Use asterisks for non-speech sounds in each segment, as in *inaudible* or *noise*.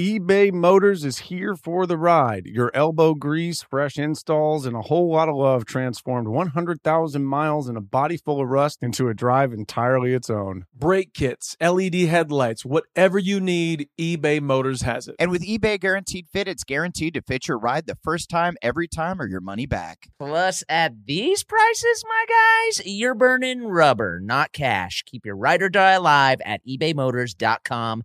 eBay Motors is here for the ride. Your elbow grease, fresh installs, and a whole lot of love transformed 100,000 miles and a body full of rust into a drive entirely its own. Brake kits, LED headlights, whatever you need, eBay Motors has it. And with eBay Guaranteed Fit, it's guaranteed to fit your ride the first time, every time, or your money back. Plus, at these prices, my guys, you're burning rubber, not cash. Keep your ride or die alive at ebaymotors.com.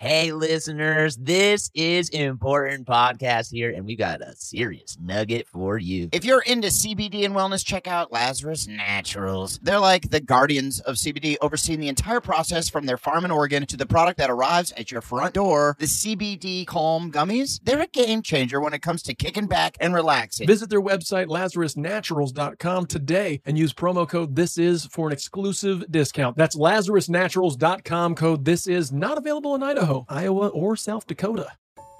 Hey, listeners, this is important podcast here, and we got a serious nugget for you. If you're into CBD and wellness, check out Lazarus Naturals. They're like the guardians of CBD, overseeing the entire process from their farm in Oregon to the product that arrives at your front door. The CBD Calm Gummies, they're a game changer when it comes to kicking back and relaxing. Visit their website, LazarusNaturals.com, today and use promo code This Is for an exclusive discount. That's LazarusNaturals.com code This Is, not available in Idaho, Iowa, or South Dakota.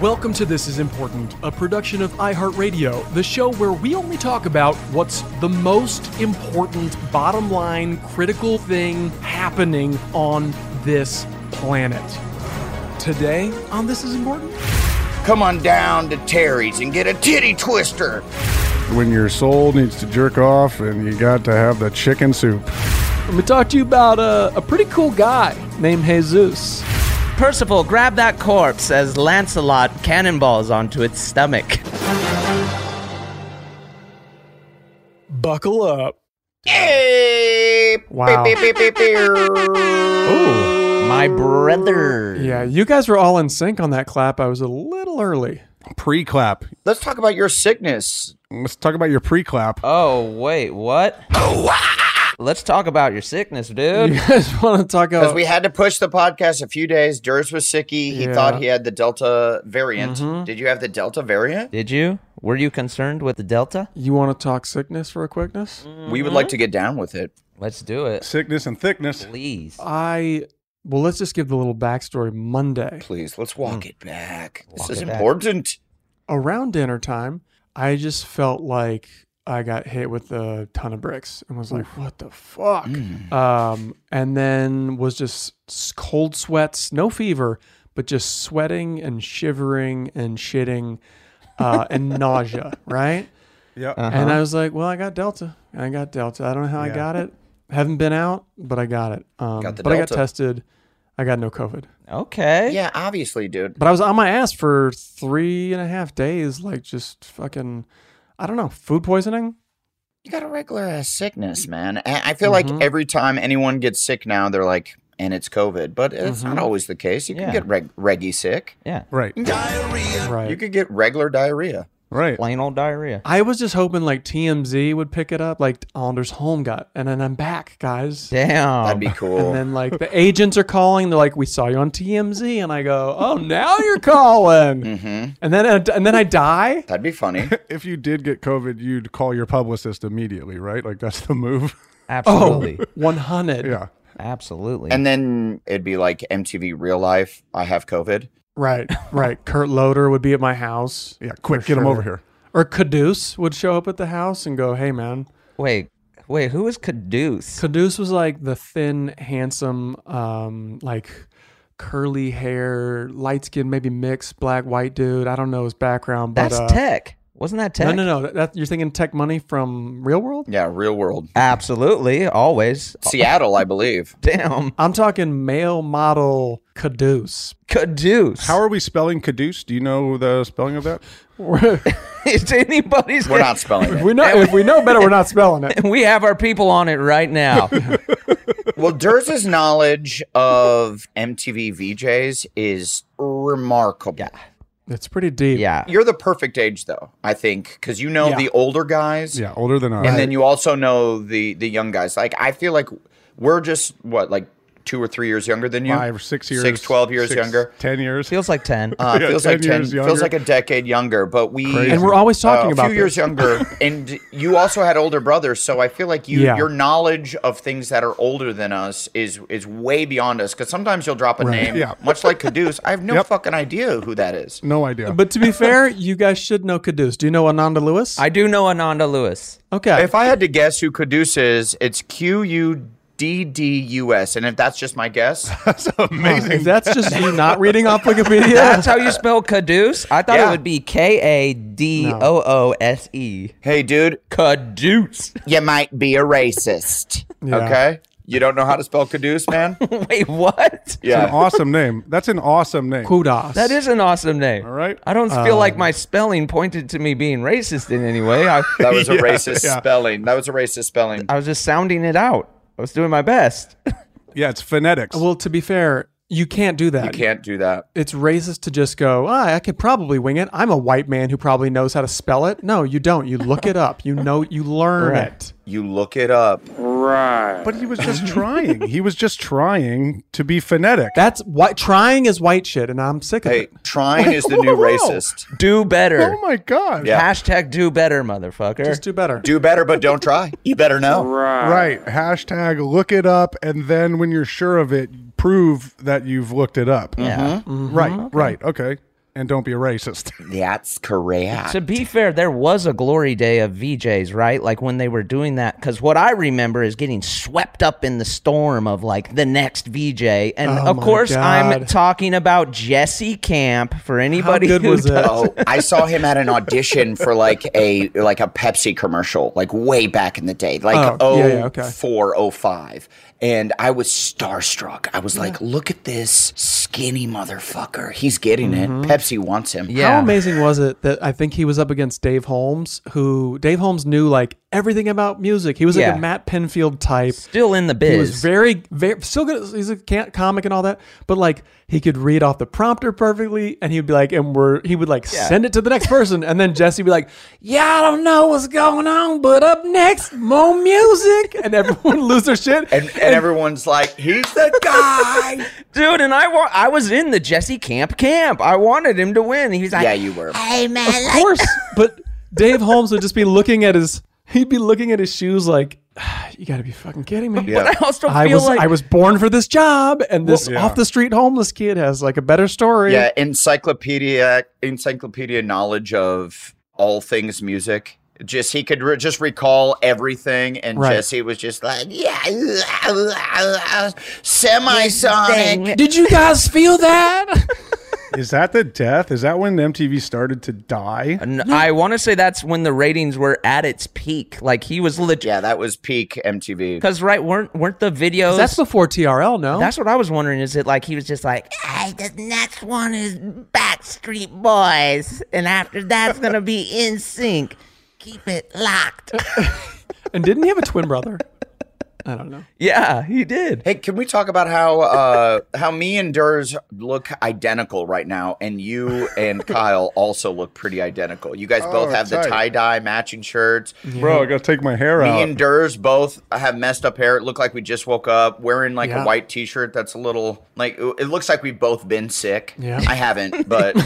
Welcome to This Is Important, a production of iHeartRadio, the show where we only talk about what's the most important, bottom line, critical thing happening on this planet. Today on This Is Important, Come on down to Terry's and get a titty twister. When your soul needs to jerk off and you got to have the chicken soup. I'm going to talk to you about a, a pretty cool guy named Jesus. Percival, grab that corpse as Lancelot cannonballs onto its stomach. Buckle up. Wow. Ooh. My brother. Yeah, you guys were all in sync on that clap. I was a little early. Pre clap. Let's talk about your sickness. Let's talk about your pre clap. Oh, wait, *laughs* what? Let's talk about your sickness, You *laughs* dude. guys *laughs* want to talk Because about. we had to push the podcast a few days. Durs was sicky. He Yeah. thought he had the Delta variant. Mm-hmm. Did you have the Delta variant? Did you? Were you concerned with the Delta? you want to talk sickness for a quickness? We would Mm-hmm. like to get down with it. Let's do it. Sickness and thickness. Please. Uh, I. Well, let's just give the little backstory. Monday, Please, let's walk it back. Mm. Walk this is it back. important. around dinner time, I just felt like I got hit with a ton of bricks and was like, what the fuck? Um, and then was just s- cold sweats, no fever, but just sweating and shivering and shitting uh, and nausea, right? Yep. And Uh-huh. I was like, well, I got Delta. I got Delta. I don't know how I got it. Haven't been out, but I got it. Um, Got the but I got Delta. tested. I got no COVID. Okay. Yeah, obviously, dude. But I was on my ass for three and a half days, like just fucking, I don't know, food poisoning. You got a regular ass sickness, man. I I feel Mm-hmm. like every time anyone gets sick now, they're like, and it's COVID. But it's not always the case. You can Mm-hmm. Yeah. get reg- reggy sick. Yeah. Right. Right. You could get regular diarrhea. Right. Plain old diarrhea. I was just hoping like TMZ would pick it up, like Anders Holm got, and then I'm back, guys. Damn. *laughs* That'd be cool. And then like the agents are calling, they're like, "We saw you on TMZ," and I go, "Oh, now you're calling." And then and then I die. That'd be *laughs* funny. If you did get COVID, you'd call your publicist immediately, right? Like that's the move. Absolutely. *laughs* One hundred. yeah. Absolutely. and then it'd be like MTV Real Life. I have COVID. Right. Right. Kurt Loder would be at my house. Yeah. Quick, For get him sure. over here. Or Caduce would show up at the house and go, "Hey, man." wait, wait, who is Caduce? Caduce was like the thin, handsome, um, like curly hair, light skin, maybe mixed black, white dude. I don't know his background, but That's uh, Tech. Wasn't that tech? No, no, no. That, that- you're thinking tech money from real world? Yeah, real world. Absolutely, always. Seattle, I believe. Damn, I'm talking male model caduce. caduce. *laughs* How are we spelling caduce? Do you know the spelling of that? We're- it's anybody's. We're not *laughs* spelling if it. we know if we know better, we're not spelling it. We have our people on it right *laughs* now. Well, Durz's knowledge of MTV VJs is remarkable. It's pretty deep. yeah. You're the perfect age, though, I think, because you know Yeah. the older guys, Yeah, older than us. and then you also know the the young guys. Like I feel like we're just what like two or three years younger than you, five or six years, six, 12 years six, younger. ten years. Feels like 10. Uh, Yeah, feels 10 like ten, years feels younger. like a decade younger, but we And we're always talking uh, about a few years this. *laughs* younger, and you also had older brothers. So I feel like you Yeah. your knowledge of things that are older than us is is way beyond us. Because sometimes you'll drop a name, Yeah. much like Caduce. I have no Yep. fucking idea who that is. no idea. But *laughs* *laughs* to be fair, you guys should know caduce. Do you know Ananda Lewis? I do know Ananda Lewis. okay. If I had to guess who Caduce is, it's Q U D D U S, and if that's just *laughs* my guess, If that's just you *laughs* not reading off Wikipedia. That's how you spell caduce? I thought Yeah. it would be K A D O O S E. hey, dude, Caduce. you might be a racist. Yeah. Okay, you don't know how to spell Caduce, *laughs* man. *laughs* Wait, what? It's an Yeah. awesome name. That's an awesome name. Kudos. That is an awesome name. All right. Um, I don't feel like my spelling pointed to me being racist in any way. I, That was a Yeah, racist yeah. spelling. That was a racist spelling. I was just sounding it out. I was doing my best. Yeah, it's phonetics. Well, to be fair, you can't do that. You can't do that. It's racist to just go, ah, I could probably wing it. I'm a white man who probably knows how to spell it. No, you don't. You look it up. You know, you learn Right. it. You look it up. but he was just trying. He was just trying to be phonetic. That's what trying is white shit, and I'm sick of Hey, it. trying is the Whoa, new whoa. racist. Do better. oh my god! Yeah. Hashtag do better, motherfucker. Just do better. Do better, but don't try. You better know. Right. Hashtag look it up, and then when you're sure of it, prove that you've looked it up. Mm-hmm. yeah. Mm-hmm. Right. Right. Okay. And don't be a racist. That's correct. To be fair, there was a glory day of VJs, right? Like when they were doing that. Because what I remember is getting swept up in the storm of like the next VJ. And Oh of my course, I'm God. talking about Jesse Camp for anybody good who was does- it? Oh, I saw him at an audition for like a like a Pepsi commercial, like way back in the day, like Oh, oh yeah, yeah, okay. four oh five, and I was starstruck. I was like, "Look at this skinny motherfucker! He's getting it. Pepsi wants him." Yeah. How amazing was it that I think he was up against Dave Holmes, who Dave Holmes knew like everything about music. He was like Yeah. a Matt Penfield type. Still in the biz. He was very, very still good. He's a can comic and all that, but like he could read off the prompter perfectly, and he'd be like, and we're he would like send it to the next person, and then Jesse would be like, "Yeah, I don't know what's going on, but up next, more music," and everyone would lose their shit. And, and everyone's like, "He's the guy." Dude, and I, wa- I was in the Jesse Camp camp. I wanted him to win. He was like, yeah, you were. of course, but Dave Holmes would just be looking at his, he'd be looking at his shoes like, "Ah, "You got to be fucking kidding me." Yeah. *laughs* I also feel I was like I was born for this job, and this yeah. off the street homeless kid has like a better story. Yeah, encyclopedia encyclopedia knowledge of all things music. Just he could re- just recall everything, and Right. Jesse was just like, yeah, semisonic. Did you guys feel that? Is that the death? Is that when MTV started to die? N- I want to say that's when the ratings were at its peak. Like he was legit. Yeah, that was peak MTV. Because right, weren't weren't the videos? That's before TRL, no? That's what I was wondering. Is it like he was just like, hey, the next one is Backstreet Boys, and after that's gonna be In Sync. Keep it locked. and didn't he have a twin brother? I don't know. yeah, he did. Hey, can we talk about how uh, how me and Durs look identical right now, and you and Kyle also look pretty identical. You guys both have the tight. tie dye matching shirts. Bro, I gotta take my hair Me out. and Durs both have messed up hair. It looked like we just woke up wearing like Yeah. a white T-shirt that's a little like it looks like we've both been sick. Yeah. I *laughs* haven't, but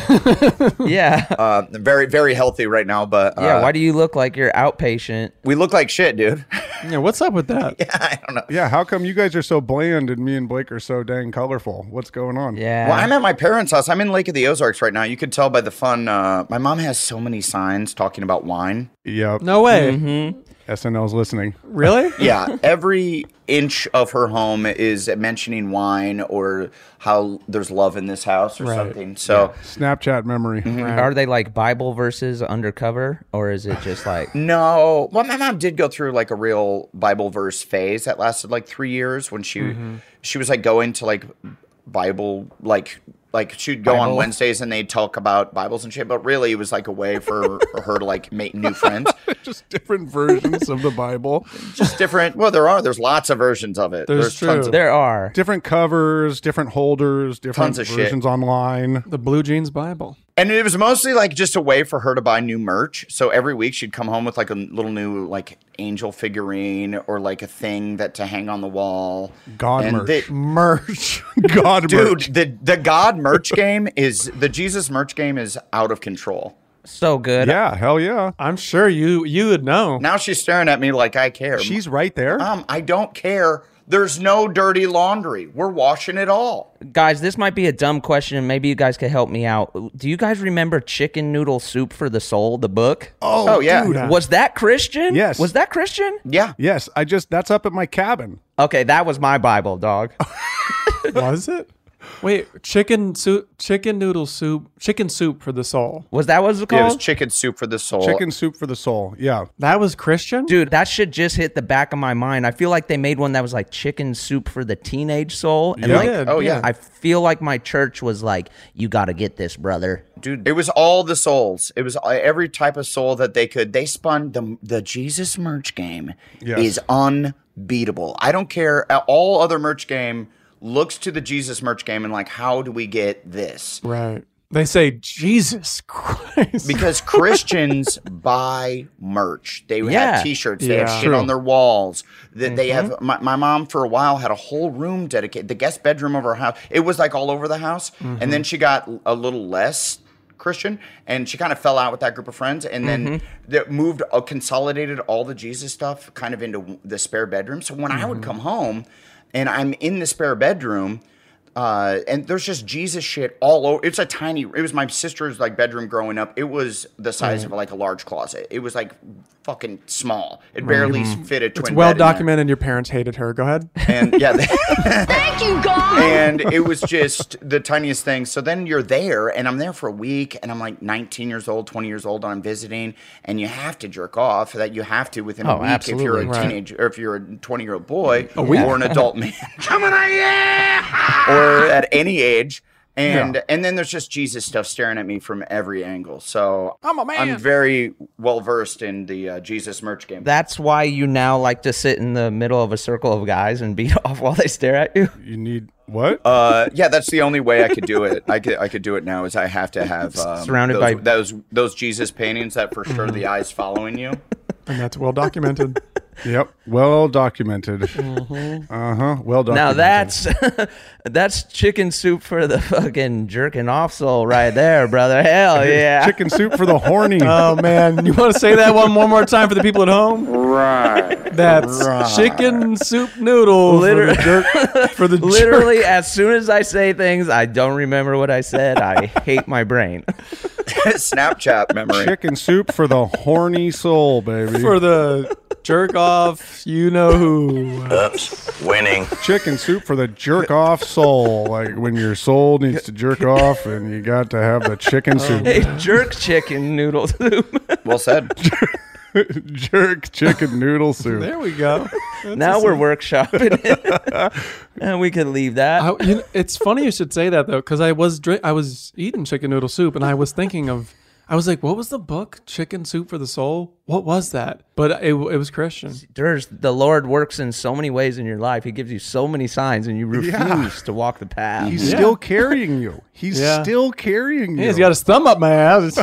Yeah, *laughs* uh, very very healthy right now. But uh, yeah. Why do you look like you're outpatient? we look like shit, dude? Yeah, what's up with that? *laughs* I don't know. yeah, how come you guys are so bland and me and Blake are so dang colorful? What's going on? Yeah. Well, I'm at my parents' house. I'm in Lake of the Ozarks right now. You could *laughs* tell by the fun. Uh, my mom has so many signs talking about wine. Mm-hmm. Yep. No way. SNL's listening. Really? yeah, every inch of her home is mentioning wine or how there's love in this house or Right. something. So Snapchat memory. Mm-hmm. Are they like Bible verses undercover, or is it just like no, well, my mom did go through like a real Bible verse phase that lasted like three years when she Mm-hmm. she was like going to like Bible like like she'd go on Wednesdays and they'd talk about Bibles and shit. But really, it was like a way for *laughs* her to like make new *laughs* friends. *laughs* Just different versions of the Bible, Just different. Well, there are there's lots of versions of it. There's tons true. of there are? different covers, different holders, different Tons of shit. versions online. The Blue Jeans Bible. And it was mostly like just a way for her to buy new merch. So every week she'd come home with like a little new like angel figurine or like a thing that to hang on the wall. God And merch. they- merch. *laughs* God dude, merch. the the God merch game is the Jesus merch game is out of control. So good. Yeah, hell yeah. I'm sure you you would know. Now she's staring at me like I care. She's right there. mom, I don't care. There's no dirty laundry. We're washing it all. Guys, this might be a dumb question, and maybe you guys could help me out. Do you guys remember Chicken Noodle Soup for the Soul, the book? Oh, yeah. Was that Christian? Yes. Was that Christian? Yeah. Yes, I just that's up at my cabin. Okay, that was my Bible, *laughs* dog. Was it? Wait, chicken soup, chicken noodle soup, chicken soup for the soul. Was that what it was Yeah, It called? was chicken soup for the soul. Chicken soup for the soul. Yeah. That was Christian. Dude, that shit just hit the back of my mind. I feel like they made one that was like chicken soup for the teenage soul. And Yeah. like, Yeah, Oh, yeah. I feel like my church was like, you got to get this, brother. dude it was all the souls it was uh, every type of soul that they could they spun the the jesus merch game Yes. is unbeatable i don't care Uh, all other merch game looks to the jesus merch game and like how do we get this Right. They say Jesus Christ. because Christians buy merch. They Yeah. have T-shirts. They Yeah. have shit on their walls. That they have. My, my mom for a while had a whole room dedicated. The guest bedroom of our house. It was like all over the house. And then she got a little less Christian, and she kind of fell out with that group of friends. And then that moved, uh, consolidated all the Jesus stuff kind of into the spare bedroom. So when I would come home, and I'm in the spare bedroom uh, and there's just Jesus shit all over. It's a tiny. It was my sister's like bedroom growing up. It was the size of like a large closet. It was like fucking small. It barely fit a twin. Mm. it's well bed in there. documented. Your parents hated her. Go ahead. *laughs* And yeah, *laughs* thank you God. And it was just the tiniest thing. So then you're there, and I'm there for a week, and I'm like 19 years old, 20 years old, and I'm visiting, and you have to jerk off. That you have to within a Oh, week absolutely. if you're a Right. teenager or if you're a 20 year old boy or an adult man. *laughs* Come on, yeah! Or at any age. And and then there's just Jesus stuff staring at me from every angle. So I'm a man. I'm very well versed in the uh, Jesus merch game. That's why you now like to sit in the middle of a circle of guys and beat *laughs* off while they stare at you. You need what? Uh, yeah, that's the only way I could do it. I could I could do it now is I have to have um, Surrounded those, by- those those Jesus paintings that for sure Mm-hmm. the eyes following you. *laughs* And that's well documented. *laughs* Mm-hmm. yep. Well documented. Uh-huh. Well documented. Now that's *laughs* that's chicken soup for the fucking jerking off soul right there, brother. Hell yeah. chicken soup for the horny. *laughs* oh man, you want to say that one one more time for the people at home? Right. That's chicken soup noodle Liter- for the jerk for the jerk. Literally, as soon as I say things, I don't remember what I said. I hate my brain. *laughs* Snapchat memory. Chicken soup for the horny soul, baby. for the jerk off you know who Winning. Chicken soup for the jerk off soul. Like when your soul needs to jerk off and you got to have the chicken soup. Hey, jerk chicken noodle soup. Well said. *laughs* jerk chicken noodle soup. there we go now we're workshopping it. and we could leave that. I, you know, it's funny you should say that though because i was drink, i was eating chicken noodle soup and i was thinking of i was like what was the book chicken soup for the soul what was that but it, it was christian There's the Lord works in so many ways in your life. He gives you so many signs, and you refuse to walk the path. He's still carrying you. He's Yeah. still carrying you. he's got his thumb up my ass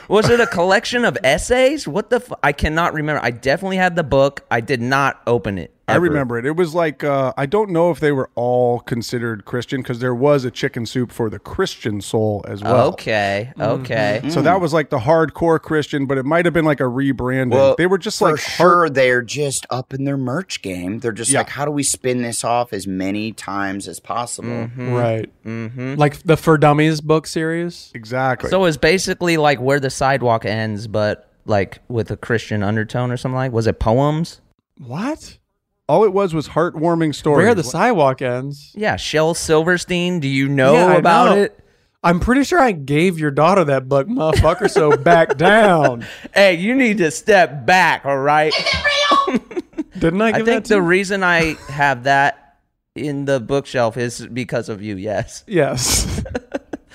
*laughs* Was it a collection of essays? What the? F- I cannot remember. I definitely had the book. I did not open it. I ever. remember it. It was like uh, I don't know if they were all considered Christian because there was a chicken soup for the Christian soul as well. Okay. Okay. So that was like the hardcore Christian, but it might have been like a rebranding. they were just for like sure heart- they're just up in their merch game. They're just Yeah. like, how do we spin this off as many times as possible? Mm-hmm. right Mm-hmm. like the for dummies book series exactly. So it's basically like where the sidewalk ends, but like with a Christian undertone or something like? Was it poems? What? All it was was heartwarming stories. Where the sidewalk ends. Yeah, Shel Silverstein. Do you know Yeah, I Oh, about know. it? I'm pretty sure I gave your daughter that book, motherfucker. So *laughs* back down. Hey, you need to step back. All right. Didn't I I give that think to the you? reason I have that in the bookshelf is because of you. Yes. yes.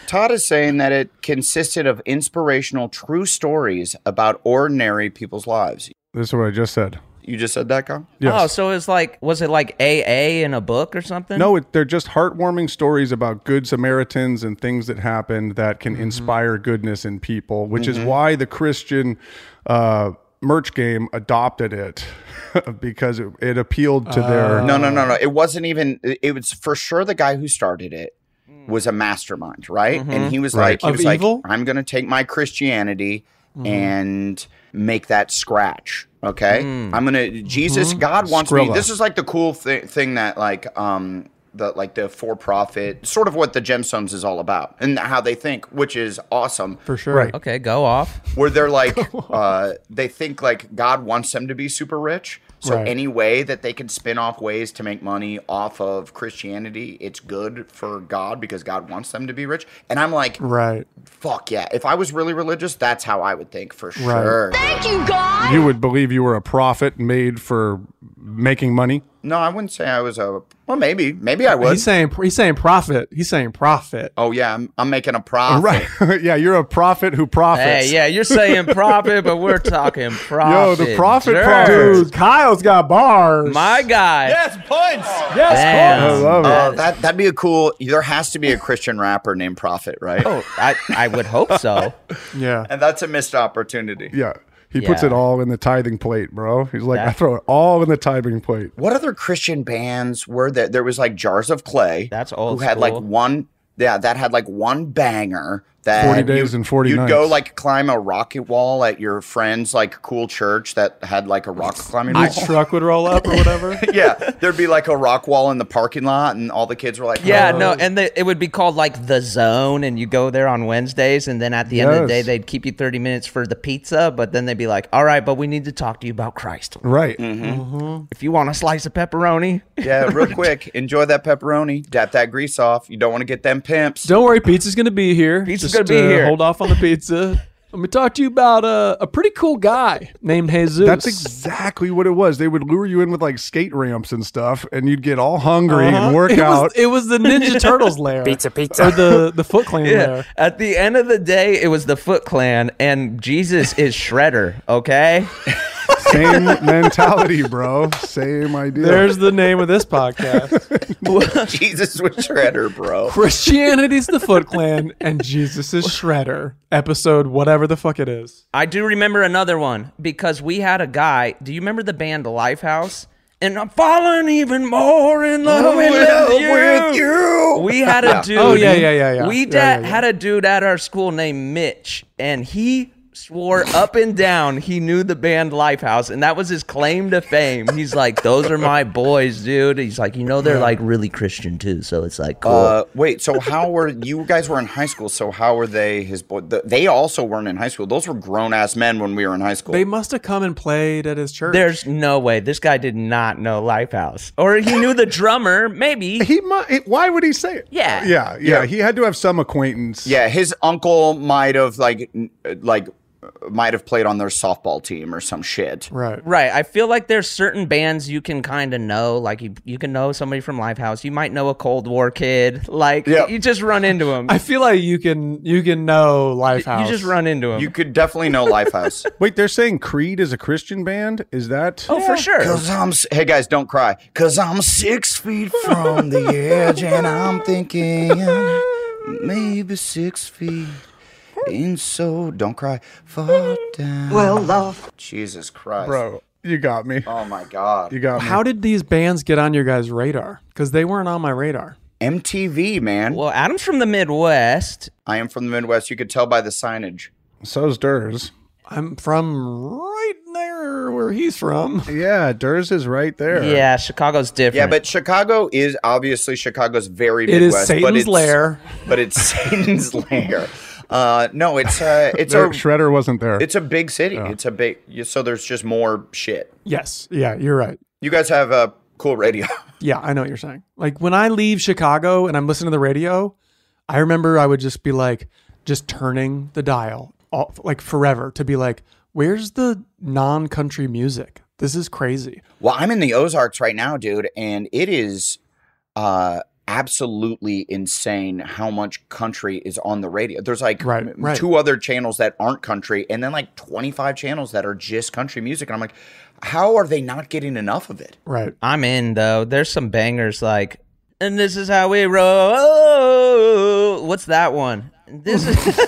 Todd is saying that it consisted of inspirational, true stories about ordinary people's lives. This is what I just said. You just said that, Kyle? Yes. Oh, so it's like was it like AA in a book or something? No, it, they're just heartwarming stories about good Samaritans and things that happened that can Mm-hmm. inspire goodness in people, which is why the Christian uh, merch game adopted it *laughs* because it, it appealed to Uh. their. No, no, no, Oh. no. It wasn't even. it- It was for sure the guy who started it was a mastermind, right? And he was like, he Mm. Mm-hmm. Of was like, evil? Mm-hmm. I'm going to take my Christianity and make that scratch. Okay, Mm. Mm-hmm. I'm gonna. Jesus, God wants me. Skrilla. This is like the cool thi- thing that like um the like the for profit sort of what the gemstones is all about and how they think, which is awesome For sure. Right. Okay, go off. where they're like uh, they think like god wants them to be super rich so Right. any way that they can spin off ways to make money off of christianity it's good for god because god wants them to be rich and i'm like Right. fuck yeah if i was really religious that's how i would think for sure You would believe you were a prophet made for making money. no i wouldn't say i was a well maybe maybe i would He's saying he's saying profit. He's saying profit. oh yeah i'm, I'm making a profit Right. *laughs* yeah, you're a prophet who profits. Hey, yeah, you're saying profit, but we're talking *laughs* Yo, profit. the profit jerk. part. Dude, Kyle's got bars. My guy. yes, Damn. I love it. Uh, that that'd be a cool. There has to be a Christian rapper named Prophet, right? Oh, I, I would hope *laughs* so. Carl. Yeah. And that's a missed opportunity. Yeah. He puts Yeah. it all in the tithing plate, bro. He's like, I throw it all in the tithing plate. what other Christian bands were there? There was like Jars of Clay. That's old Who had like school. one? Yeah, that had like one banger. That 40 days and 40 You'd go nights. like climb a rocket wall at your friend's like cool church that had like a rock climbing wall. My truck would roll up or whatever. *laughs* yeah, there'd be like a rock wall in the parking lot, and all the kids were like, Yeah, "Oh." no, and the, it would be called like the zone, and you go there on Wednesdays, and then at the end of the day, Yes. they'd keep you 30 minutes for the pizza, but then they'd be like, all right, but we need to talk to you about Christ. Right. If you want a slice of pepperoni, yeah." Real quick, enjoy that pepperoni, dap that grease off. You don't want to get them pimps. Don't worry, pizza's gonna be here. Just, uh, Pizza's gonna be here. Hold off on the *laughs* pizza. Let me talk to you about uh, a, a pretty cool guy named Jesus. That's exactly what it was. They would lure you in with like skate ramps and stuff, and you'd get all hungry Uh-huh. and work it out. Was, it was the *laughs* Ninja Turtles lair. Pizza, pizza. Or the the Foot Clan lair. At the end of the day, it was the Foot Clan, and Jesus is Shredder, okay? Same mentality, bro. Same idea. There's the name of this *laughs* podcast. *laughs* Jesus was shredder, bro. Christianity's the Foot Clan and Jesus is Shredder. Episode whatever the fuck it is. I do remember another one because we had a guy. Do you remember the band Lifehouse? And I'm falling even more Oh, in love, with, you. We had a dude. Oh, yeah, yeah, yeah, yeah. We Yeah, da- yeah, yeah. had a dude at our school named Mitch, and he swore up and down he knew the band Lifehouse, and that was his claim to fame. He's like, "Those are my boys, dude." He's like, "You know, they're like really Christian too, so it's like cool." Uh, wait, so how were you guys were in high school? So how were they his boy? The, they also weren't in high school. Those were grown ass men when we were in high school. They must have come and played at his church. There's no way this guy did not know Lifehouse, or he knew the drummer, maybe. he might. it- why would he say it? Yeah. yeah, yeah, He had to have some acquaintance. yeah, his uncle might have like n- like uh, might have played on their softball team or some shit. right. Right. I feel like there's certain bands you can kind of know. Like you, you can know somebody from Lifehouse. You might know a Cold War kid. Like Yeah. you just run *laughs* into them. I feel like you can you can know Lifehouse. you just run into them. You could definitely know *laughs* Lifehouse. Wait, they're saying Creed is a Christian band. Is that? oh, for sure. Cause I'm s- hey guys, don't cry. Cause I'm six feet from the edge, and I'm thinking maybe six feet. And so don't cry. Fall down. Well, love. Jesus Christ, bro, you got me. Oh my God. You got me. How did these bands get on your guys' radar? Because they weren't on my radar. MTV, man. Well, Adam's from the Midwest. I am from the Midwest. You could tell by the signage. So's Durs. I'm from right there where he's from. Yeah, Durs is right there. Yeah, Chicago's different. Yeah, but Chicago is obviously Chicago's very It is Midwest. but Satan's it's, *laughs* lair. But it's Satan's lair. Uh, no, *laughs* it's uh, it's There- a Shredder wasn't there. it's a big city. It's a big you- so there's just more shit. Yes. Yeah, you're right. You guys have a cool radio. Yeah, I know what you're saying. Like when I leave Chicago and I'm listening to the radio, I remember I would just be like, just turning the dial off, like forever to be like, where's the non country music? This is crazy. well, I'm in the Ozarks right now, dude, and it is uh, absolutely insane how much country is on the radio. There's like Right, m- right. two other channels that aren't country, and then like 25 channels that are just country music. And I'm like, how are they not getting enough of it? Right. I'm in though. There's some bangers like, and this is how we roll. What's that one? *laughs* This is. *laughs*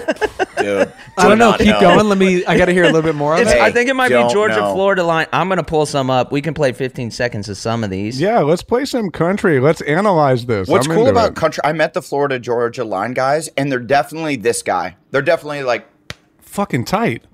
*laughs* Dude, I don't know. not Keep going. Let me, I got to hear a little bit more of It's, it. I think it might be don't Georgia know. Florida line. I'm gonna pull some up. We can play 15 seconds of some of these. yeah, let's play some country. Let's analyze this. What's I'm cool into about it. country? I met the Florida Georgia line guys, and they're definitely this guy. They're definitely like, fucking tight?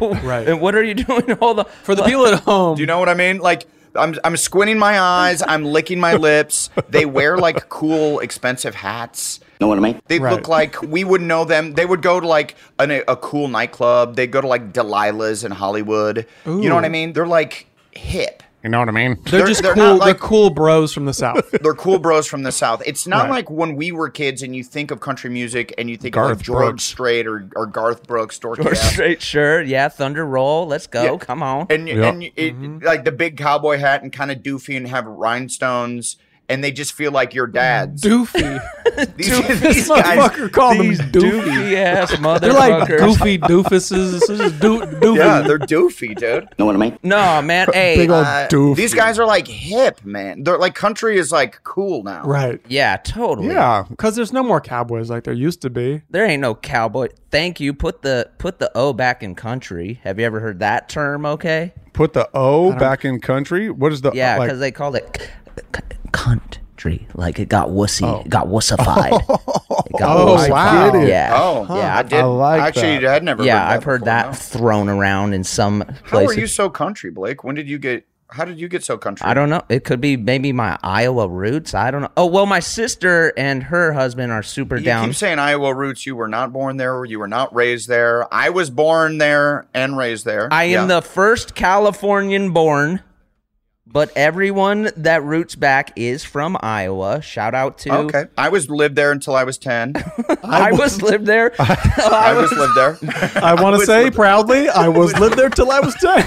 Right. And what are you *laughs* doing? Hold on. For the people at home, do you know what I mean? Like, I'm I'm squinting my eyes, I'm licking my lips. They wear like cool, expensive hats. Know what I mean? They Right. look like we would know them. They would go to like an, a cool nightclub. They go to like Delilah's in Hollywood. You know what I mean? They're like hip. You know what I mean? they're, they're- just they're cool. not like- they're cool bros from the *laughs* South. They're cool bros from the South. It's not Right. like when we were kids and you think of country music and you think of Garth like George Brooks. Strait or, or Garth Brooks, Dorcas. Or *laughs* straight sure. Yeah, Thunder Roll. Let's go. Yeah. Come on. and you Yeah. and you- it, like the big cowboy hat and kind of doofy and have rhinestones and they just feel like your dads. *laughs* Doofy. these, *laughs* this these guys, motherfucker called them These doofy. doofy ass They're like motherfuckers. goofy doofuses. This is doo- doofy. yeah, they're doofy, dude. Know what I mean? no man. Hey. Big old uh, doof. These guys are like hip, man. They're like country is like cool now. right. yeah, totally. Yeah. Because there's no more cowboys like there used to be. There ain't no cowboy. Thank you. Put the put the O back in country. Have you ever heard that term? Okay. Put the O back in country. What is the Yeah, like- because *laughs* they called it c- c- country. Like it got wussy, it got wussified. It got Oh, wussified. wow. Did it? Yeah. Oh, yeah. yeah. I- I did. I like actually that. had never. yeah, heard that I've heard before, that no. thrown around in some How places. are you so country, Blake? When did you get? How did you get so country? I don't know. It could be maybe my Iowa roots. I don't know. Oh well, my sister and her husband are super You down. keep saying Iowa roots. You were not born there. You were not raised there. I was born there and raised there. I am Yeah. the first Californian born, but everyone that roots back is from Iowa. Shout out to Okay. I was lived there until I was ten. *laughs* I was lived there. I was lived there. *laughs* I want to say proudly, *laughs* I was lived there till I was *laughs* 10.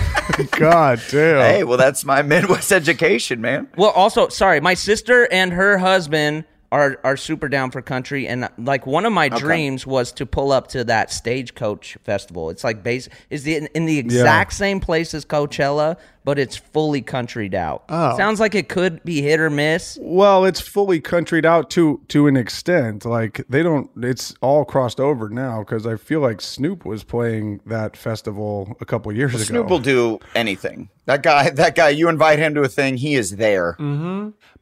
God damn. hey, well, that's my Midwest education, man. Well, also, sorry, my sister and her husband are are super down for country, and like one of my dreams was to pull up to that stagecoach festival. It's like base is the in the exact same place as Coachella, but it's fully countryed out. Oh. Sounds like it could be hit or miss. Well, it's fully countryed out to to an extent. Like they don't. It's all crossed over now because I feel like Snoop was playing that festival a couple years ago. Snoop will do anything. That guy. That guy. You invite him to a thing, he is there.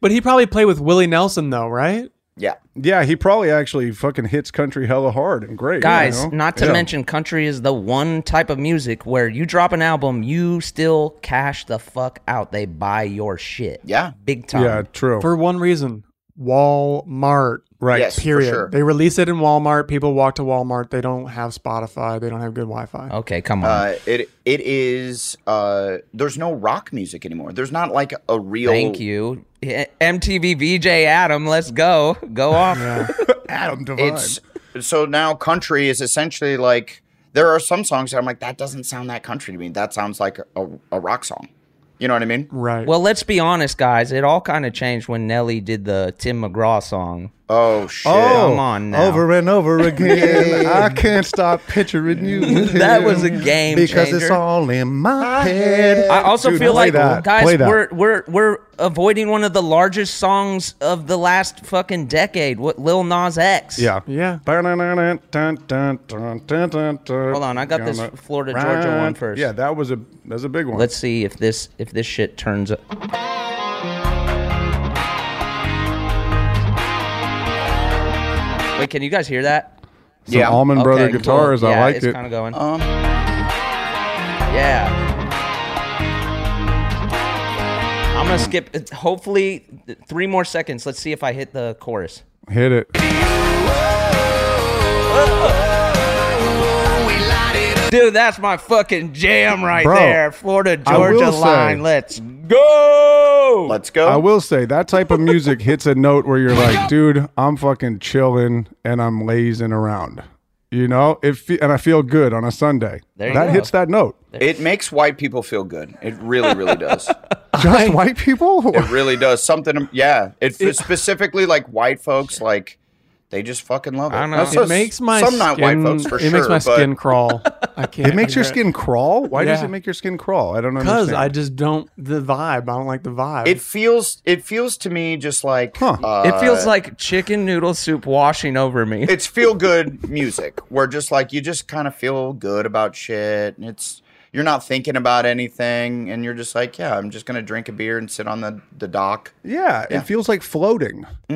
But he probably played with Willie Nelson, though, right? Yeah. Yeah, he probably actually fucking hits country hella hard and great. you Guys, know? not to Yeah. mention country is the one type of music where you drop an album, you still cash the fuck out. They buy your shit. Yeah. Big time. Yeah, true. For one reason Walmart. right. Yes. Period. For sure. They release it in Walmart. People walk to Walmart. They don't have Spotify. They don't have good Wi Fi. Okay, come on. Uh, it it is. Uh, there's no rock music anymore. There's not like a real. Thank you. Yeah, MTV VJ Adam, let's go. *laughs* Go off. Adam Devine. It's so now country is essentially like there are some songs that I'm like that doesn't sound that country to me. That sounds like a, a rock song. You know what I mean? Right. Well, let's be honest, guys. It all kind of changed when Nelly did the Tim McGraw song. Oh shit. Come on now. Over and over *laughs* again. I can't stop picturing you. with That was a him game Because it's changer. all in my head. I also Dude, feel play like that. Play guys, that. we're we're we're avoiding one of the largest songs of the last fucking decade. What Lil Nas X? Yeah. Yeah. Hold on, I got this Florida, Georgia one first. Yeah, that was a that's a big one. Let's see if this if this shit turns up. Wait, can you guys hear that? Some Yeah. Almond Brother Okay, cool. guitars. I Yeah, liked it's it. kind of going. Um, Yeah. I'm gonna skip. it- Hopefully, th- three more seconds. Let's see if I hit the chorus. Hit it. Dude, that's my fucking jam right Bro, there. Florida I will Georgia say- line. Let's go. Let's I go. will say that type of music hits a note where you're like, dude, I'm fucking chilling and I'm lazing around. You know, it fe- and I feel good on a Sunday. There you that go. hits that note. It makes white people feel good. It really, really *laughs* does. Just white people. It really does. Something, yeah. It, specifically like white folks, like they just fucking love it. I don't know. That's It so- It makes my some skin, not white folks for it sure. makes my but skin *laughs* crawl. I can't. It makes your skin crawl. Why does Yeah. it make your skin crawl? I don't understand. because I just don't the vibe. I don't like the vibe. It feels. It feels to me just like. Huh. uh, it feels like chicken noodle soup washing over me. it's feel good music where just like you just kind of feel good about shit and it's you're not thinking about anything and you're just like yeah i'm just gonna drink a beer and sit on the, the dock yeah, it feels like floating. *laughs*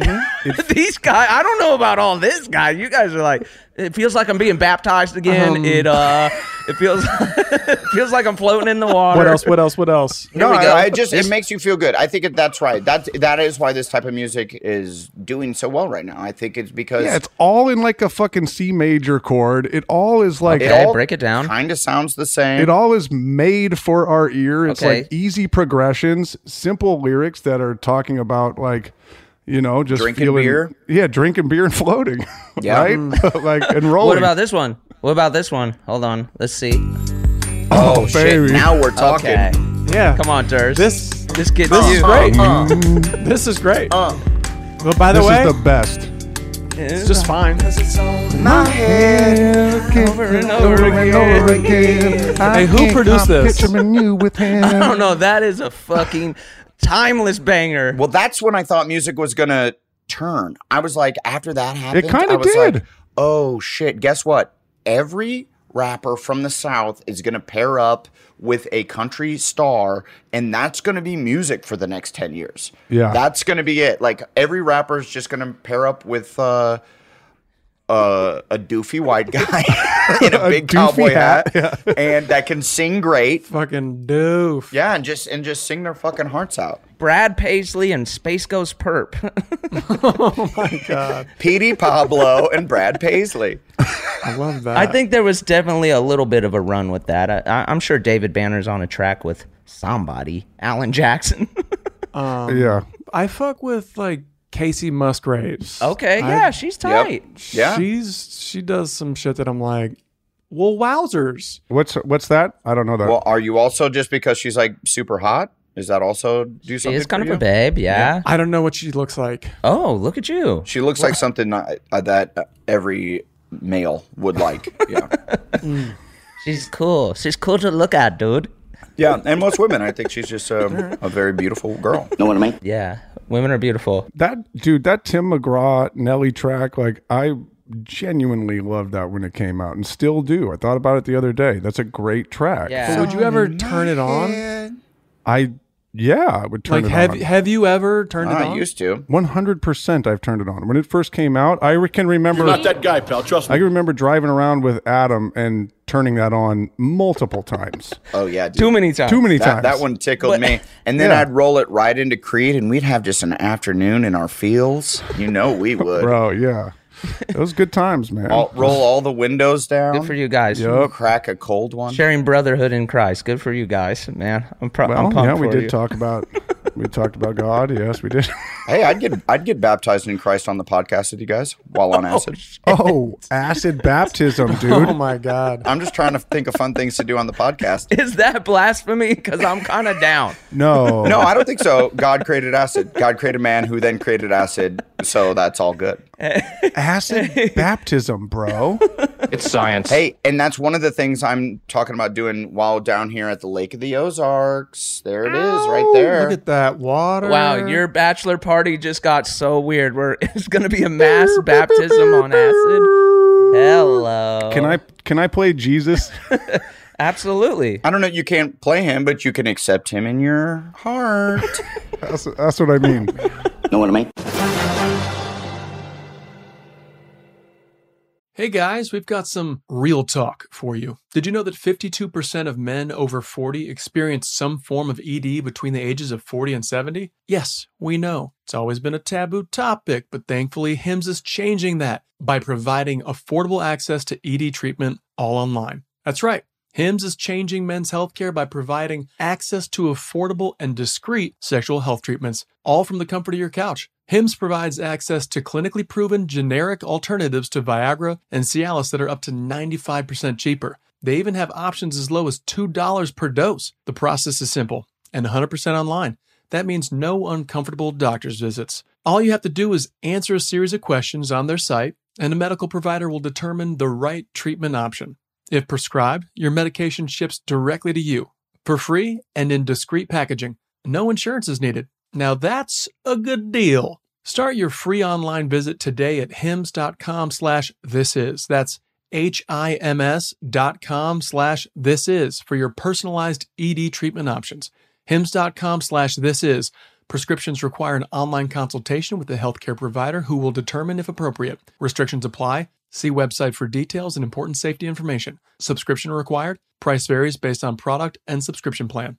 These guys, I don't know about all this guy. You guys are like, it feels like I'm being baptized again. Um, it uh, it feels *laughs* it feels like I'm floating in the water. what else? What else? What else? no we I, go. I just it makes you feel good i think it, that's right that that is why this type of music is doing so well right now i think it's because Yeah, it's all in like a fucking C major chord. It all is like Okay. break it down. kind of sounds the same it all is made for our ear. It's Okay. like easy progressions, simple lyrics that are talking about like, you know, just Drinking feeling, beer? Yeah, drinking beer and floating. *laughs* Yeah. right? *laughs* like and rolling. Mm. What about this one? What about this one? Hold on, let's see. oh, baby. shit now we're talking Okay, Yeah. come on, Durs. This this gets this you. is *laughs* great. Uh, This is great. uh. But by the this way, is the best. it's just fine. my head over and over again. Hey, who produced this? *laughs* I don't know. That is a fucking timeless banger. Well, that's when I thought music was gonna turn. I was like, after that happened, kinda I was did. Like, oh shit! Guess what? Every rapper from the South is gonna pair up with a country star, and that's gonna be music for the next ten years. Yeah. that's gonna be it. Like every rapper is just gonna pair up with. Uh, uh, a doofy white guy *laughs* in a *laughs* A doofy big cowboy hat, hat, yeah. and that can sing great. Fucking doof. Yeah, and just and just sing their fucking hearts out. Brad Paisley and Space Ghost Uh, Perp. *laughs* Petey Pablo and Brad *laughs* Paisley. I love that. I think there was definitely a little bit of a run with that. I, I, I'm sure David Banner's on a track with somebody, Alan Jackson. *laughs* Yeah. I fuck with like Casey Musgraves. okay, I- yeah, she's tight. Yeah. She's she does some shit that I'm like, well, wowzers. What's what's that? I don't know that. Well, are you also just because she's like super hot? Is that also do She something? is kind for of a you? babe, yeah. I don't know what she looks like. Oh, look at you. She looks like something not, uh, that uh, every male would *laughs* like. Yeah. She's cool. She's cool to look at, dude. yeah, and most women, I think she's just um, a, a very beautiful *laughs* girl. No, Yeah, women are beautiful. That dude, that Tim McGraw Nelly track, like I genuinely loved that when it came out and still do. I thought about it the other day. That's a great track. Yeah. Would you ever turn it on? I yeah, I would turn Like it have on. have you ever turned it I on? used to. One hundred percent, I've turned it on. When it first came out, I re- can remember. Not that guy, pal. Trust I me. can remember driving around with Adam and turning that on multiple times. Oh yeah, dude. Too many times. Too many That, times. that one tickled *laughs* me, and then Yeah. I'd roll it right into Creed, and we'd have just an afternoon in our fields. You know, we would. bro. Yeah, those good times, man. All, roll all the windows down. Good for you guys. Yup. Crack a cold one. Sharing brotherhood in Christ. Good for you guys, man. I'm, pro- I'm Well, pumped yeah, we for did you. talk about we talked about God. Yes, we did. Hey, I'd get I'd get baptized in Christ on the podcast with you guys *laughs* while on acid. Oh, *laughs* acid baptism, dude. Oh my god. I'm just trying to think of fun things to do on the *laughs* podcast. *laughs* Is that blasphemy? Because I'm kind *laughs* of down. No, No, I don't think so. God created acid. God created man, who then created acid. So that's all good. acid baptism, bro. It's science. Hey, and that's one of the things I'm talking about doing while down here at the Lake of the Ozarks. There it is, right Look there. at that water. Wow, your bachelor party just got so weird. Where *laughs* it's going to be a mass baptism on acid. Hello. Can Oh. I can I play Jesus? Absolutely. I don't know. You can't play him, but you can accept him in your heart. *laughs* That's, that's what I mean. Hey guys, we've got some real talk for you. Did you know that 52% of men over 40 experience some form of ED between the ages of 40 and 70? Yes, we know. It's always been a taboo topic, but thankfully, HIMS is changing that by providing affordable access to ED treatment E all online. That's right. HIMS is changing men's healthcare by providing access to affordable and discreet sexual health treatments, all from the comfort of your couch. HIMS provides access to clinically proven generic alternatives to Viagra and Cialis that are up to 95% cheaper. They even have options as low as $2 per dose. The process is simple and 100% online. That means no uncomfortable doctor's visits. All you have to do is answer a series of questions on their site, and a medical provider will determine the right treatment option. If prescribed, your medication ships directly to you for free and in discreet packaging. No insurance is needed. Now that's a good deal. Start your free online visit today at hims.com slash this is. That's H-I-M-S dot com slash this is for your personalized ED treatment options. HIMS.com slash this is. Prescriptions require an online consultation with a healthcare provider who will determine if appropriate. Restrictions apply. See website for details and important safety information. Subscription required. Price varies based on product and subscription plan.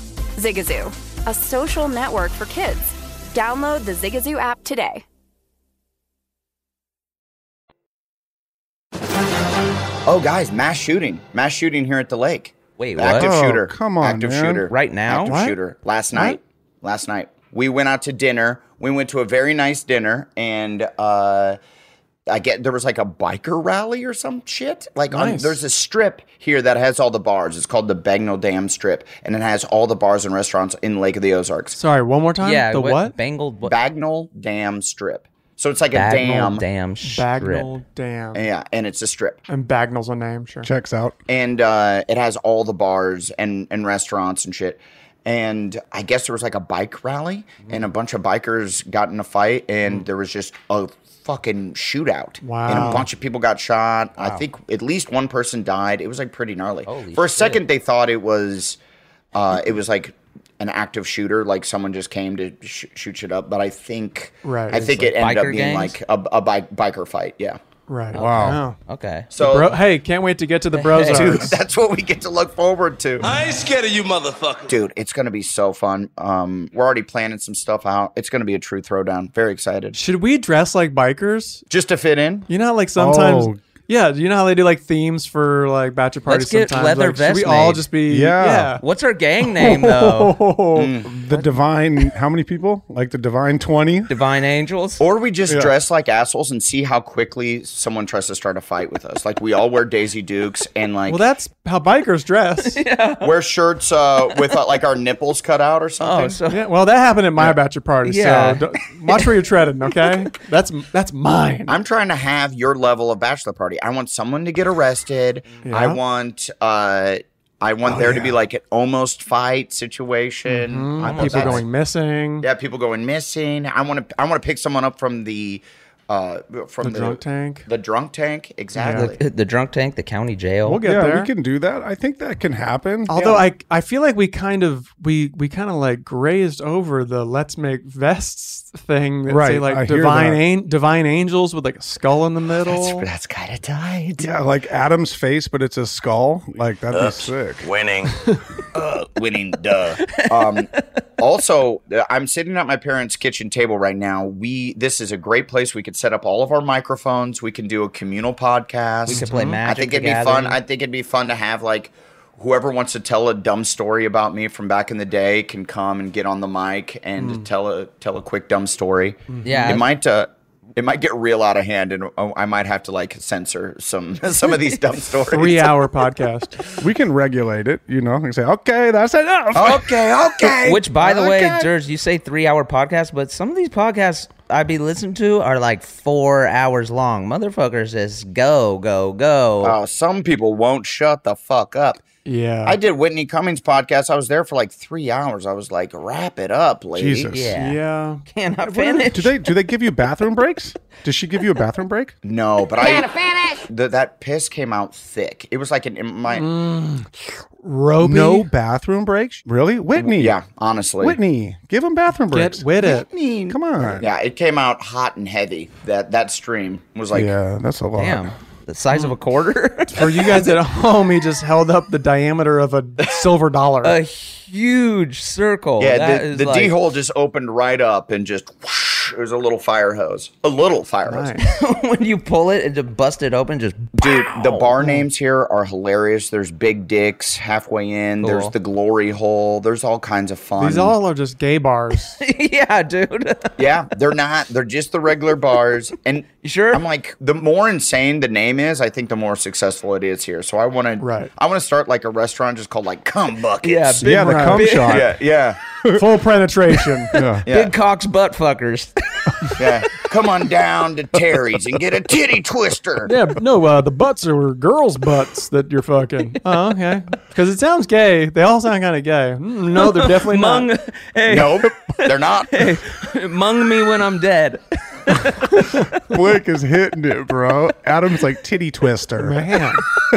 Zigazoo, a social network for kids. Download the Zigazoo app today. Oh, guys, mass shooting. Mass shooting here at the lake. Wait, what? Active Oh, shooter. come on, Active man. shooter. Right now? Active What? shooter. Last night. Last night. We went out to dinner. We went to a very nice dinner and uh I get there was like a biker rally or some shit. Like on, Nice. there's a strip here that has all the bars. It's called the Bagnell Dam Strip, and it has all the bars and restaurants in Lake of the Ozarks. Sorry, one more time. yeah, the what? Bangled what? Bagnell Dam Strip. So it's like a dam. Bagnall Dam strip. Bagnall Dam. Yeah, and it's a strip. And Bagnall's a name, sure. Checks out. and uh, it has all the bars and and restaurants and shit. And I guess there was like a bike rally, and a bunch of bikers got in a fight, and there was just a fucking shootout. And Wow. a bunch of people got shot. I think at least one person died. It was like pretty gnarly. Holy For a shit. second, they thought it was, uh, it was like an active shooter, like someone just came to sh- shoot shit up. But I think, Right, I it's think it ended up biker being gangs? like a, a bike biker fight. Yeah. Right. Wow. Okay. So Bro, hey, can't wait to get to the bros. Dude, *laughs* that's what we get to look forward to. I ain't scared of you, motherfucker. Dude, it's going to be so fun. Um, we're already planning some stuff out. It's going to be a true throwdown. Very excited. Should we dress like bikers? Just to fit in. You know, how, like sometimes. Oh. Yeah, you know how they do like themes for like bachelor parties. get sometimes? leather like, should We vests all made. just be Yeah. yeah. What's our gang *laughs* name though? Mm. The divine, how many people? Like the divine 20? Divine Angels. Or we just dress like assholes and see how quickly someone tries to start a fight with us. Like we all wear Daisy Dukes and like Well, that's how bikers *laughs* dress. yeah. wear shirts uh, with uh, like our nipples cut out or something. oh, so Well, that happened at my bachelor party. Yeah. So don't, watch where you're treading. *laughs* Okay. That's that's mine. I'm trying to have your level of bachelor party. I want someone to get arrested. I want uh I want Oh, there to yeah. be like an almost fight situation. Mhm. I want People that. going missing. Yeah, people going missing. I want to. I want to pick someone up from the, uh, from The the, drunk tank. The drunk tank, exactly. *laughs* The, the drunk tank, the county jail. We'll get Yeah, we there. can do that. I think that can happen. Although Yeah. I, I feel like we kind of we we kind of like grazed over the let's make vests thing that say Right, like I hear divine that. an, divine angels with like a skull in the middle. that's kind of tight. Yeah, like Adam's face, but it's a skull. Like that'd be sick. Winning. uh, *laughs* winning, duh. Um, also, uh, I'm sitting at my parents' kitchen table right now. We This is a great place. We could set up all of our microphones. We can do a communal podcast. We could play I Magic think the it'd be fun. Gathering. I think it'd be fun to have like whoever wants to tell a dumb story about me from back in the day can come and get on the mic and tell a tell a quick dumb story. Hmm. Mm-hmm. Yeah. It might uh, it might get real out of hand, and oh, I might have to like censor some *laughs* some of these *laughs* dumb stories. hour *laughs* podcast. We can regulate it, you know, and say, okay, that's Oh, Oh, enough. Okay, okay. Which, by the way, Okay. George, you say three hour podcast, but some of these podcasts I be listening to are like four hours long. Motherfuckers is go, go, go. Oh, some people won't shut the fuck up. Yeah. I did Whitney Cummings podcast. I was there for like three hours. I was like, wrap it up, lady. Jesus. Yeah. yeah. Can I finish? Do they do they give you bathroom breaks? Does she give you a bathroom break? No, but I th- that piss came out thick. It was like an in my Mm. Roby. No bathroom breaks? Really? Whitney. yeah, honestly. Whitney, give them bathroom breaks. Get with it. Come on. Yeah, it came out hot and heavy. That that stream was like yeah, that's a lot. Damn. The size Hmm. of a quarter? *laughs* For you guys at home, he just held up the diameter of a silver dollar. a huge circle. yeah. That The, is the like- D hole just opened right up and just whoosh, it was a little fire hose, a little fire hose. Nice. *laughs* when you pull it and just bust it open, just *laughs* Dude, the bar names here are hilarious. There's Big Dicks halfway in. There's Cool. the Glory Hole. There's all kinds of fun. These all are just gay bars. yeah, dude. yeah, they're not. They're just the *laughs* regular bars. And You sure? I'm like, the more insane the name is, I think the more successful it is here. So I want to. Right. I want to start like a restaurant just called like Cum Yeah, Buckets. big, Yeah, the Right. *laughs* cum Big- shot. yeah, yeah, Full penetration. Yeah. yeah. big cocks butt *laughs* fuckers. yeah. Come on down to Terry's and get a titty twister. Yeah, but no, uh, the butts are girls' butts that you're fucking. Oh, okay. Because it sounds gay. They all sound kind of gay. Mm, no, they're definitely not. Mung, hey, Nope, they're not. mung me when I'm dead. Blake is hitting it, bro. Adam's like titty twister. Man. *laughs*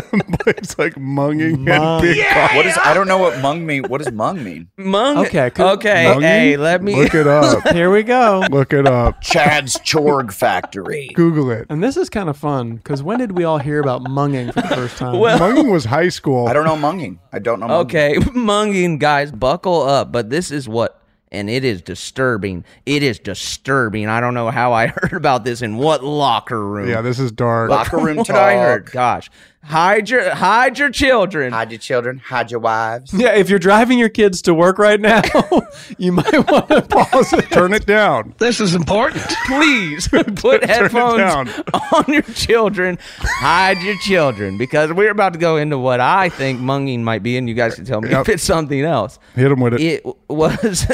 Blake's like munging Mung. and big cock. What is? I don't know what mung mean. What does mung mean? Mung. Okay, cool. Okay. Munging? Hey, let me. look it up. Here we go. Look it up. Chad's Chorg Factory. Google it. And this is kind of fun because when did we all hear about munging for the first time? Well- Munging was high school. I don't know munging. I don't know. Munging. Okay, *laughs* munging guys, buckle up. But this is what, and it is disturbing. It is disturbing. I don't know how I *laughs* heard about this in what locker room. Yeah, this is dark. Locker room what talk. I heard. Gosh, hide your hide your children. Hide your children. Hide your wives. yeah, if you're driving your kids to work right *laughs* now, you might want to pause it. Turn it down. This is important. *laughs* Please *laughs* put down. headphones *laughs* on your children. Hide your children because we're about to go into what I think munging might be, and you guys can tell me if Yep. it's something else. Hit him with it. it *laughs* w- was